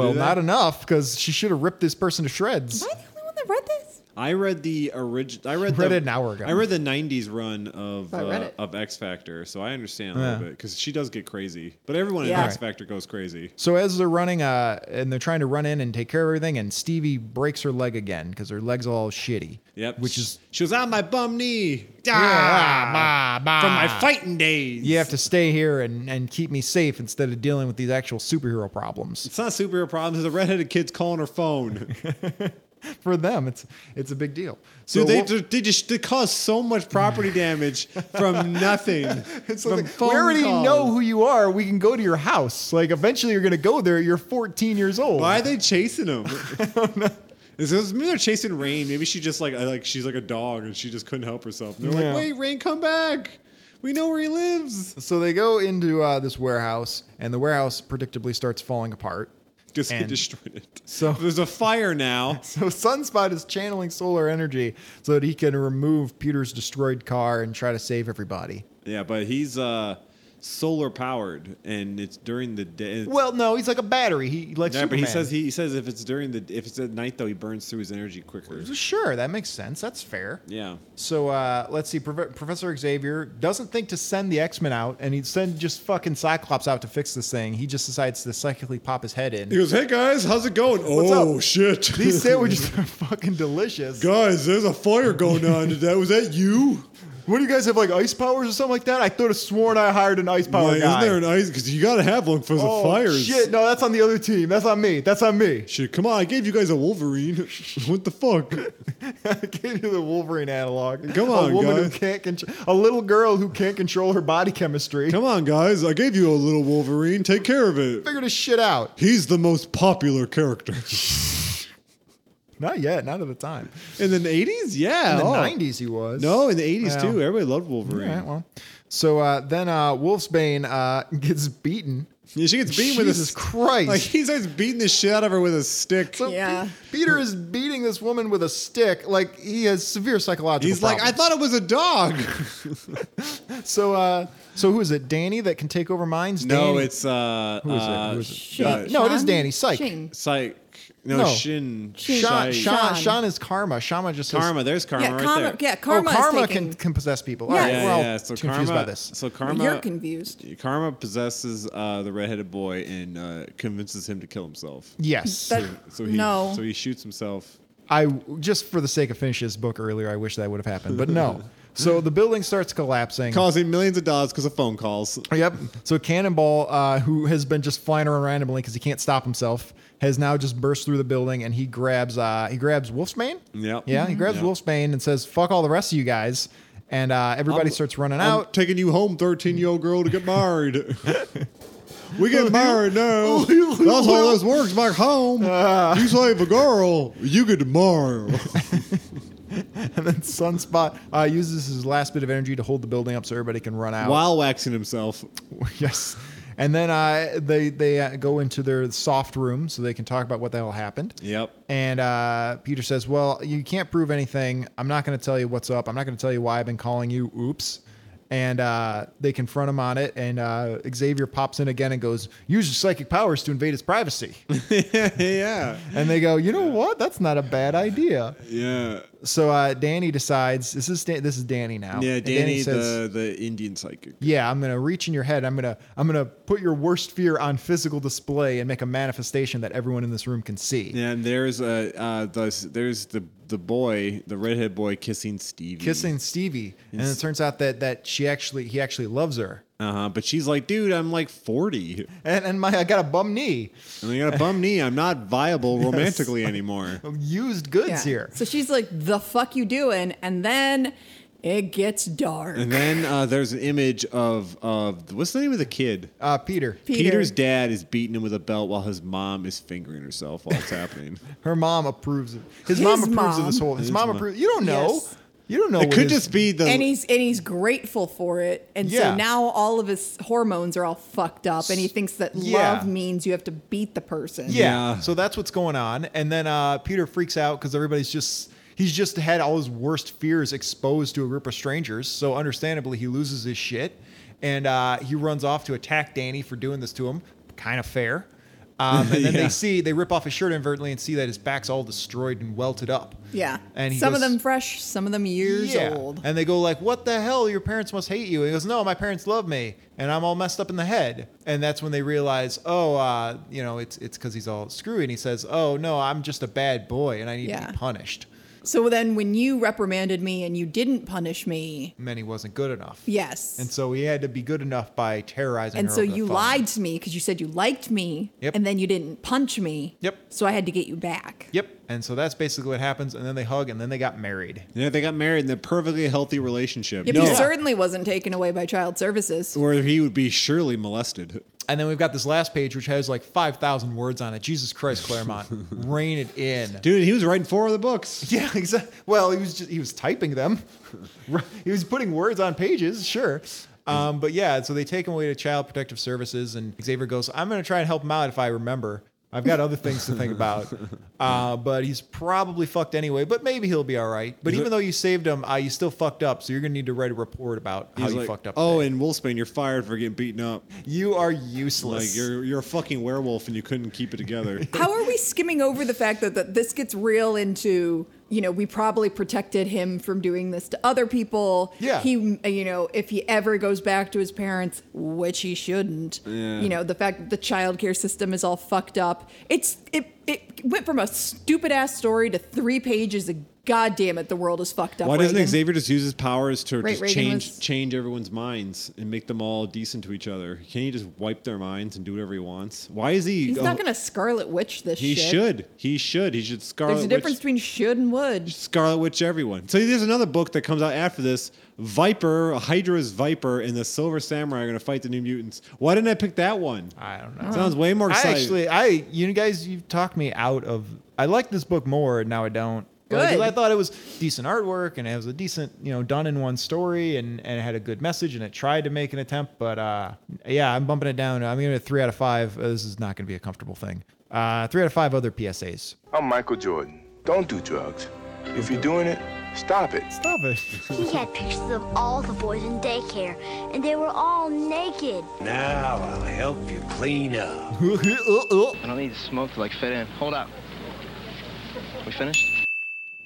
[SPEAKER 3] Oh, do they?
[SPEAKER 4] not enough because she should have ripped this person to shreds.
[SPEAKER 5] Am I the only one that read this?
[SPEAKER 4] Uh,
[SPEAKER 3] I read the original. I read,
[SPEAKER 4] Read
[SPEAKER 3] the,
[SPEAKER 4] it an hour ago.
[SPEAKER 3] I read the '90s run of
[SPEAKER 5] I read
[SPEAKER 3] uh,
[SPEAKER 5] it.
[SPEAKER 3] of X Factor, so I understand a little
[SPEAKER 4] Yeah.
[SPEAKER 3] bit because she does get crazy. But everyone
[SPEAKER 5] Yeah.
[SPEAKER 3] in X
[SPEAKER 4] Alright.
[SPEAKER 3] Factor goes crazy.
[SPEAKER 4] So as they're running, uh, and they're trying to run in and take care of everything, and Stevie breaks her leg again because her leg's all shitty.
[SPEAKER 3] Yep.
[SPEAKER 4] Which is
[SPEAKER 3] she was on my bum knee.
[SPEAKER 4] Ah, bah, bah.
[SPEAKER 3] from my fighting days.
[SPEAKER 4] you have to stay here and, and keep me safe instead of dealing with these actual superhero problems.
[SPEAKER 3] It's not superhero problems. The redheaded kid's calling her phone.
[SPEAKER 4] For them, it's it's a big deal. So
[SPEAKER 3] Dude, they,
[SPEAKER 4] we'll-
[SPEAKER 3] they, they just they cause so much property damage from nothing.
[SPEAKER 4] It's
[SPEAKER 3] from
[SPEAKER 4] like,
[SPEAKER 3] phone
[SPEAKER 4] we already
[SPEAKER 3] calls.
[SPEAKER 4] know who you are. We can go to your house. Like, eventually, you're gonna go there. You're 14 years old.
[SPEAKER 3] Why are they chasing him? Is this, maybe they're chasing Rain. Maybe she just like like she's like a dog and she just couldn't help herself. And they're
[SPEAKER 4] Yeah.
[SPEAKER 3] like, wait, Rain, come back. We know where he lives.
[SPEAKER 4] So they go into uh, this warehouse, and the warehouse predictably starts falling apart.
[SPEAKER 3] Just
[SPEAKER 4] And-
[SPEAKER 3] destroyed it.
[SPEAKER 4] So-
[SPEAKER 3] there's a fire now.
[SPEAKER 4] So Sunspot is channeling solar energy so that he can remove Peter's destroyed car and try to save everybody.
[SPEAKER 3] Yeah, but he's uh solar powered and it's during the day.
[SPEAKER 4] Well, no, he's like a battery. He like
[SPEAKER 3] Yeah,
[SPEAKER 4] Superman.
[SPEAKER 3] but he says he, he says if it's during the if it's at night though he burns through his energy quicker.
[SPEAKER 4] Sure, that makes sense. That's fair.
[SPEAKER 3] Yeah.
[SPEAKER 4] So uh, let's see. Prof- Professor Xavier doesn't think to send the X Men out, and he'd send just fucking Cyclops out to fix this thing. He just decides to psychically pop his head
[SPEAKER 3] He
[SPEAKER 4] in.
[SPEAKER 3] goes, "Hey guys, how's it going?"
[SPEAKER 4] What's
[SPEAKER 3] oh
[SPEAKER 4] up?
[SPEAKER 3] shit!
[SPEAKER 4] These sandwiches are fucking delicious.
[SPEAKER 3] guys, there's a fire going on. Did that was that you?
[SPEAKER 4] What do you guys have like ice powers or something like that? I could have sworn I hired an ice power
[SPEAKER 3] Why,
[SPEAKER 4] guy.
[SPEAKER 3] isn't there an ice? Because you gotta have one for the
[SPEAKER 4] oh,
[SPEAKER 3] fires.
[SPEAKER 4] shit! No, that's on the other team. That's on me. That's on me.
[SPEAKER 3] Shit, come on! I gave you guys a Wolverine. what the fuck?
[SPEAKER 4] I gave you the Wolverine analog.
[SPEAKER 3] Come
[SPEAKER 4] a
[SPEAKER 3] on,
[SPEAKER 4] woman who
[SPEAKER 3] guys.
[SPEAKER 4] can't control a little girl who can't control her body chemistry.
[SPEAKER 3] Come on, guys! I gave you a little Wolverine. Take care of it.
[SPEAKER 4] Figure this shit out.
[SPEAKER 3] He's the most popular character
[SPEAKER 4] Not yet. Not at the time.
[SPEAKER 3] in the '80s. Yeah,
[SPEAKER 4] In the
[SPEAKER 3] oh.
[SPEAKER 4] '90s, he was.
[SPEAKER 3] No, in the '80s
[SPEAKER 4] Well.
[SPEAKER 3] too. Everybody loved Wolverine.
[SPEAKER 4] All right. Well, so uh, then uh, Wolfsbane uh, gets beaten.
[SPEAKER 3] Yeah, she gets beaten with a
[SPEAKER 4] Jesus
[SPEAKER 3] s-
[SPEAKER 4] Christ.
[SPEAKER 3] Like he starts beating the shit out of her with a stick.
[SPEAKER 4] So
[SPEAKER 5] Yeah.
[SPEAKER 4] Pe- Peter is beating this woman with a stick. Like he has severe psychological.
[SPEAKER 3] He's like, I
[SPEAKER 4] problems.
[SPEAKER 3] thought it was a dog.
[SPEAKER 4] So, uh, so who is it? Danny that can take over minds.
[SPEAKER 3] no,
[SPEAKER 4] Danny?
[SPEAKER 3] it's uh,
[SPEAKER 4] Who is
[SPEAKER 3] uh,
[SPEAKER 4] it? Who is it?
[SPEAKER 5] Shit,
[SPEAKER 4] Uh, no, it is
[SPEAKER 5] Sean?
[SPEAKER 4] Danny Psych.
[SPEAKER 5] Shane.
[SPEAKER 3] Psych. No,
[SPEAKER 4] No.
[SPEAKER 3] Shin.
[SPEAKER 5] Shin.
[SPEAKER 3] Shai-
[SPEAKER 4] Sean, Sean,
[SPEAKER 5] Sean.
[SPEAKER 4] Sean is Karma. Shama just says-
[SPEAKER 3] Karma. There's karma
[SPEAKER 5] Yeah,
[SPEAKER 3] right
[SPEAKER 5] karma,
[SPEAKER 3] there.
[SPEAKER 5] yeah, karma.
[SPEAKER 4] oh, Karma
[SPEAKER 5] is taking,
[SPEAKER 4] can, can possess people.
[SPEAKER 5] Yeah.
[SPEAKER 4] All right,
[SPEAKER 3] Yeah,
[SPEAKER 4] we're all
[SPEAKER 3] yeah. So
[SPEAKER 4] confused
[SPEAKER 3] karma.
[SPEAKER 4] by this.
[SPEAKER 3] So karma.
[SPEAKER 5] You're confused.
[SPEAKER 3] Karma possesses uh, the redheaded boy and uh, convinces him to kill himself.
[SPEAKER 4] Yes,
[SPEAKER 5] That-
[SPEAKER 3] So he,
[SPEAKER 5] no.
[SPEAKER 3] So he shoots himself.
[SPEAKER 4] I just for the sake of finishing this book earlier, I wish that would have happened, but no. so the building starts collapsing.
[SPEAKER 3] Causing millions of dollars because of phone calls.
[SPEAKER 4] Yep. So Cannonball, uh, who has been just flying around randomly because he can't stop himself, has now just burst through the building and he grabs uh, he grabs Wolfsbane.
[SPEAKER 3] Yep.
[SPEAKER 4] Yeah, he grabs
[SPEAKER 3] Yep.
[SPEAKER 4] Wolfsbane and says, "Fuck all the rest of you guys," and uh, everybody
[SPEAKER 3] I'm-
[SPEAKER 4] starts running
[SPEAKER 3] I'm
[SPEAKER 4] out.
[SPEAKER 3] taking you home, 13 year old girl, to get married. we get married now. That's how this works back home. you save a girl, you get married.
[SPEAKER 4] and then Sunspot uh, uses his last bit of energy to hold the building up so everybody can run out.
[SPEAKER 3] While waxing himself.
[SPEAKER 4] yes. And then uh, they they uh, go into their soft room so they can talk about what the hell happened.
[SPEAKER 3] Yep.
[SPEAKER 4] And uh, Peter says, "Well, you can't prove anything. I'm not going to tell you what's up. I'm not going to tell you why I've been calling you. Oops." And uh, they confront him on it, and uh, Xavier pops in again and goes, "Use your psychic powers to invade his privacy."
[SPEAKER 3] yeah.
[SPEAKER 4] and they go, "You know what? That's not a bad idea."
[SPEAKER 3] Yeah.
[SPEAKER 4] So uh, Danny decides this is Dan- this is Danny now.
[SPEAKER 3] Yeah,
[SPEAKER 4] And
[SPEAKER 3] Danny, the, the Indian psychic.
[SPEAKER 4] yeah, I'm gonna reach in your head. I'm gonna I'm gonna put your worst fear on physical display and make a manifestation that everyone in this room can see.
[SPEAKER 3] Yeah, and there's uh, uh the, there's the the boy, the redhead boy kissing Stevie.
[SPEAKER 4] Kissing Stevie, and it turns out that that she actually he actually loves her.
[SPEAKER 3] Uh-huh. But she's like, dude, I'm like 40.
[SPEAKER 4] And, and my I got a bum knee.
[SPEAKER 3] And I got a bum knee. I'm not viable romantically anymore.
[SPEAKER 4] Used goods
[SPEAKER 5] Yeah.
[SPEAKER 4] here.
[SPEAKER 5] So she's like, the fuck you doing? And then it gets dark.
[SPEAKER 3] And then uh, there's an image of of what's the name of the kid?
[SPEAKER 4] Uh, Peter.
[SPEAKER 5] Peter.
[SPEAKER 3] Peter's dad is beating him with a belt while his mom is fingering herself while it's happening.
[SPEAKER 4] Her mom approves of his, mom
[SPEAKER 5] His
[SPEAKER 4] approves of this
[SPEAKER 5] mom.
[SPEAKER 4] whole. His,
[SPEAKER 3] His
[SPEAKER 4] mom,
[SPEAKER 3] mom.
[SPEAKER 4] approves. You don't know.
[SPEAKER 5] Yes.
[SPEAKER 4] You don't know.
[SPEAKER 3] It
[SPEAKER 4] what
[SPEAKER 3] could
[SPEAKER 4] his-
[SPEAKER 3] just be the
[SPEAKER 5] and he's and he's grateful for it, and
[SPEAKER 4] Yeah.
[SPEAKER 5] so now all of his hormones are all fucked up, and he thinks that
[SPEAKER 4] Yeah.
[SPEAKER 5] love means you have to beat the person.
[SPEAKER 4] Yeah.
[SPEAKER 3] Yeah.
[SPEAKER 4] So that's what's going on. And then uh, Peter freaks out because everybody's just. He's just had all his worst fears exposed to a group of strangers. So understandably, he loses his shit. And uh, he runs off to attack Danny for doing this to him. Kind of fair. Um, and then
[SPEAKER 3] Yeah.
[SPEAKER 4] they see, they rip off his shirt inadvertently and see that his back's all destroyed and welted up.
[SPEAKER 5] yeah.
[SPEAKER 4] And he
[SPEAKER 5] some of
[SPEAKER 4] goes-
[SPEAKER 5] them fresh, some of them years old.
[SPEAKER 4] And they go like, "What the hell? Your parents must hate you." And he goes, "No, my parents love me, and I'm all messed up in the head." And that's when they realize, "Oh, uh, you know, it's it's because he's all screwy." And he says, "Oh no, I'm just a bad boy, and I need to
[SPEAKER 5] Yeah.
[SPEAKER 4] be punished."
[SPEAKER 5] So then, when you reprimanded me and you didn't punish me,
[SPEAKER 4] And then he wasn't good enough.
[SPEAKER 5] yes,
[SPEAKER 4] And so he had to be good enough by terrorizing.
[SPEAKER 5] And
[SPEAKER 4] her
[SPEAKER 5] so
[SPEAKER 4] over the
[SPEAKER 5] you
[SPEAKER 4] phone.
[SPEAKER 5] lied to me because you said you liked me,
[SPEAKER 4] Yep.
[SPEAKER 5] and then you didn't punch me.
[SPEAKER 4] Yep.
[SPEAKER 5] So I had to get you back.
[SPEAKER 4] Yep. And so that's basically what happens. And then they hug, and then they got married.
[SPEAKER 3] yeah, they got married in a perfectly healthy relationship.
[SPEAKER 5] Yep,
[SPEAKER 3] no,
[SPEAKER 5] He certainly wasn't taken away by child services.
[SPEAKER 3] where he would be surely molested.
[SPEAKER 4] And then we've got this last page, which has like five thousand words on it. Jesus Christ, Claremont, rein it in.
[SPEAKER 3] Dude, he was writing four other books.
[SPEAKER 4] Yeah, exactly. Well, he was just, he was typing them. Right. he was putting words on pages, sure. Um, but yeah, so they take him away to Child Protective Services, and Xavier goes, "I'm going to try and help him out if I remember. I've got other things to think about." Uh, but he's probably fucked anyway. But maybe he'll be all right. But even though you saved him, uh, you still fucked up. So you're going to need to write a report about how
[SPEAKER 3] He's
[SPEAKER 4] you
[SPEAKER 3] like,
[SPEAKER 4] fucked up.
[SPEAKER 3] Oh,
[SPEAKER 4] today.
[SPEAKER 3] and Wolfsbane, you're fired for getting beaten up.
[SPEAKER 4] you are
[SPEAKER 3] Like
[SPEAKER 4] useless.
[SPEAKER 3] you're you're a fucking werewolf and you couldn't keep it together.
[SPEAKER 5] How are we skimming over the fact that, that this gets real into, you know, we probably protected him from doing this to other people.
[SPEAKER 4] Yeah.
[SPEAKER 5] He, you know, if he ever goes back to his parents, which he shouldn't,
[SPEAKER 3] Yeah.
[SPEAKER 5] you know, the fact that the child care system is all fucked up. It's, it, it went from a stupid ass story to three pages of God damn it, the world is fucked up.
[SPEAKER 3] Why doesn't
[SPEAKER 5] Reagan.
[SPEAKER 3] Xavier just use his powers to
[SPEAKER 5] Right,
[SPEAKER 3] just
[SPEAKER 5] Reagan
[SPEAKER 3] change
[SPEAKER 5] was-
[SPEAKER 3] change everyone's minds and make them all decent to each other? Can he just wipe their minds and do whatever he wants? Why is he?
[SPEAKER 5] He's
[SPEAKER 3] oh,
[SPEAKER 5] not going to Scarlet Witch this
[SPEAKER 3] He
[SPEAKER 5] shit.
[SPEAKER 3] should. He should. He should Scarlet
[SPEAKER 5] There's a
[SPEAKER 3] Witch.
[SPEAKER 5] difference between should and would.
[SPEAKER 3] Scarlet Witch. Everyone. So there's another book that comes out after this. Viper, Hydra's Viper, and the Silver Samurai are going to fight the New Mutants. Why didn't I pick that one?
[SPEAKER 4] I don't know.
[SPEAKER 3] Sounds way more
[SPEAKER 4] I
[SPEAKER 3] exciting.
[SPEAKER 4] actually, I you guys, you've talked me out of. I like this book more now. I don't. Like, 'cause
[SPEAKER 5] Good.
[SPEAKER 4] I thought it was decent artwork and it was a decent, you know, done in one story and and it had a good message and it tried to make an attempt, but uh, yeah, I'm bumping it down. I'm giving it a three out of five. Uh, This is not going to be a comfortable thing. Uh, three out of five other PSAs.
[SPEAKER 6] I'm Michael Jordan. Don't do drugs. If you're doing it, stop it.
[SPEAKER 4] Stop it.
[SPEAKER 7] He had pictures of all the boys in daycare, and they were all naked.
[SPEAKER 8] Now I'll help you clean up.
[SPEAKER 9] I don't need to smoke to like fit in. Hold up. We finished?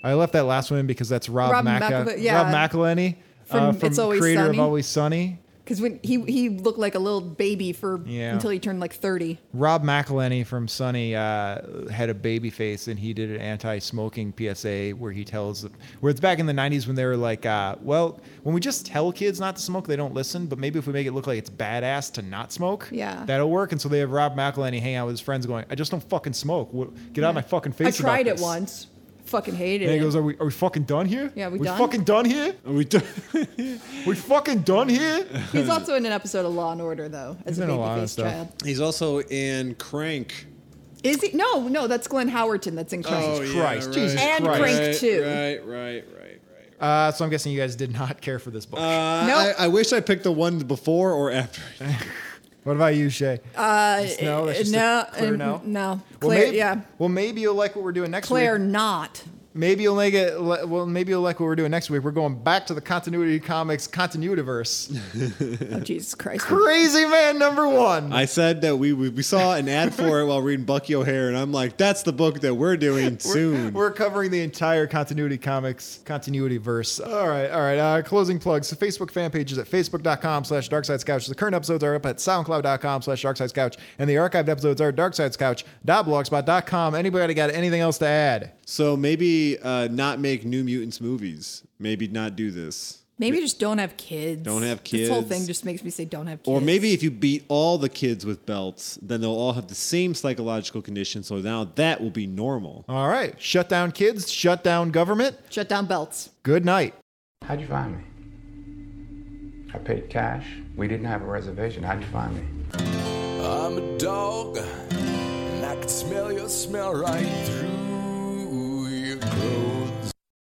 [SPEAKER 4] I left that last one because that's Rob,
[SPEAKER 5] Rob
[SPEAKER 4] Maca-
[SPEAKER 5] McEl- yeah.
[SPEAKER 4] Rob McElhenney uh,
[SPEAKER 5] From
[SPEAKER 4] from
[SPEAKER 5] It's Always
[SPEAKER 4] creator of
[SPEAKER 5] Sunny.
[SPEAKER 4] Always Sunny.
[SPEAKER 5] Because when he he looked like a little baby for
[SPEAKER 4] Yeah.
[SPEAKER 5] until he turned like thirty.
[SPEAKER 4] Rob McElhenney from Sunny uh, had a baby face, and he did an anti-smoking PSA where he tells, where it's back in the '90s when they were like, uh, "Well, when we just tell kids not to smoke, they don't listen. But maybe if we make it look like it's badass to not smoke,
[SPEAKER 5] Yeah.
[SPEAKER 4] that'll work." And so they have Rob McElhenney hang out with his friends, going, "I just don't fucking smoke. Wha- Get out of my fucking face."
[SPEAKER 5] I
[SPEAKER 4] about
[SPEAKER 5] tried it
[SPEAKER 4] this."
[SPEAKER 5] once, fucking hated
[SPEAKER 4] And
[SPEAKER 5] it.
[SPEAKER 4] he goes, "Are we are we fucking done here?
[SPEAKER 5] Yeah, we
[SPEAKER 4] we
[SPEAKER 5] done?
[SPEAKER 4] fucking done here.
[SPEAKER 3] Are we done?
[SPEAKER 4] We fucking done here."
[SPEAKER 5] He's also in an episode of Law and Order though, as
[SPEAKER 4] He's
[SPEAKER 5] a
[SPEAKER 4] in a lot of
[SPEAKER 5] baby-faced
[SPEAKER 4] stuff.
[SPEAKER 5] child.
[SPEAKER 3] He's also in Crank.
[SPEAKER 5] Is he? No, no, that's Glenn Howerton. That's in
[SPEAKER 4] Oh,
[SPEAKER 5] Crank.
[SPEAKER 3] Oh, yeah,
[SPEAKER 4] Christ. Jesus
[SPEAKER 5] And Christ. Crank
[SPEAKER 3] right,
[SPEAKER 5] too.
[SPEAKER 3] Right, right, right, right.
[SPEAKER 4] Uh, so I'm guessing you guys did not care for this book.
[SPEAKER 3] Uh,
[SPEAKER 5] Nope.
[SPEAKER 3] I, I wish I picked the one before or after.
[SPEAKER 4] what about you, Shay?
[SPEAKER 5] Uh,
[SPEAKER 4] no? That's just a
[SPEAKER 5] no,
[SPEAKER 4] clear
[SPEAKER 5] uh,
[SPEAKER 4] no?
[SPEAKER 5] no.
[SPEAKER 4] Well,
[SPEAKER 5] Claire,
[SPEAKER 4] maybe,
[SPEAKER 5] yeah,
[SPEAKER 4] Well, maybe you'll like what we're doing next
[SPEAKER 5] Claire,
[SPEAKER 4] week.
[SPEAKER 5] not. Oh,
[SPEAKER 4] Maybe you'll like it. li- Well, maybe you'll like what we're doing next week. We're going back to the continuity comics continuityverse.
[SPEAKER 5] Oh, Jesus Christ.
[SPEAKER 4] Crazy man number one.
[SPEAKER 3] I said that we, we we saw an ad for it while reading Bucky O'Hare, and I'm like, that's the book that we're doing soon.
[SPEAKER 4] We're covering the entire continuity comics continuity verse. All right, all right. Uh, closing plugs. The Facebook fan page is at facebook.com slash darksidescouch. The current episodes are up at soundcloud.com slash darksidescouch. And the archived episodes are darksidescouch.blogspot.com. Anybody got anything else to add?
[SPEAKER 3] so maybe uh, not make New Mutants movies. Maybe not do this.
[SPEAKER 5] Maybe just don't have kids.
[SPEAKER 3] Don't have
[SPEAKER 5] This whole
[SPEAKER 3] kids.
[SPEAKER 5] thing just makes me say don't have kids.
[SPEAKER 3] Or maybe if you beat all the kids with belts, then they'll all have the same psychological condition. So now that will be normal.
[SPEAKER 4] All right. Shut down kids, shut down government.
[SPEAKER 5] shut down belts.
[SPEAKER 4] Good night.
[SPEAKER 10] How'd you find me? I paid cash. We didn't have a reservation. How'd you find me?
[SPEAKER 11] I'm a dog, and I can smell your smell right through your clothes.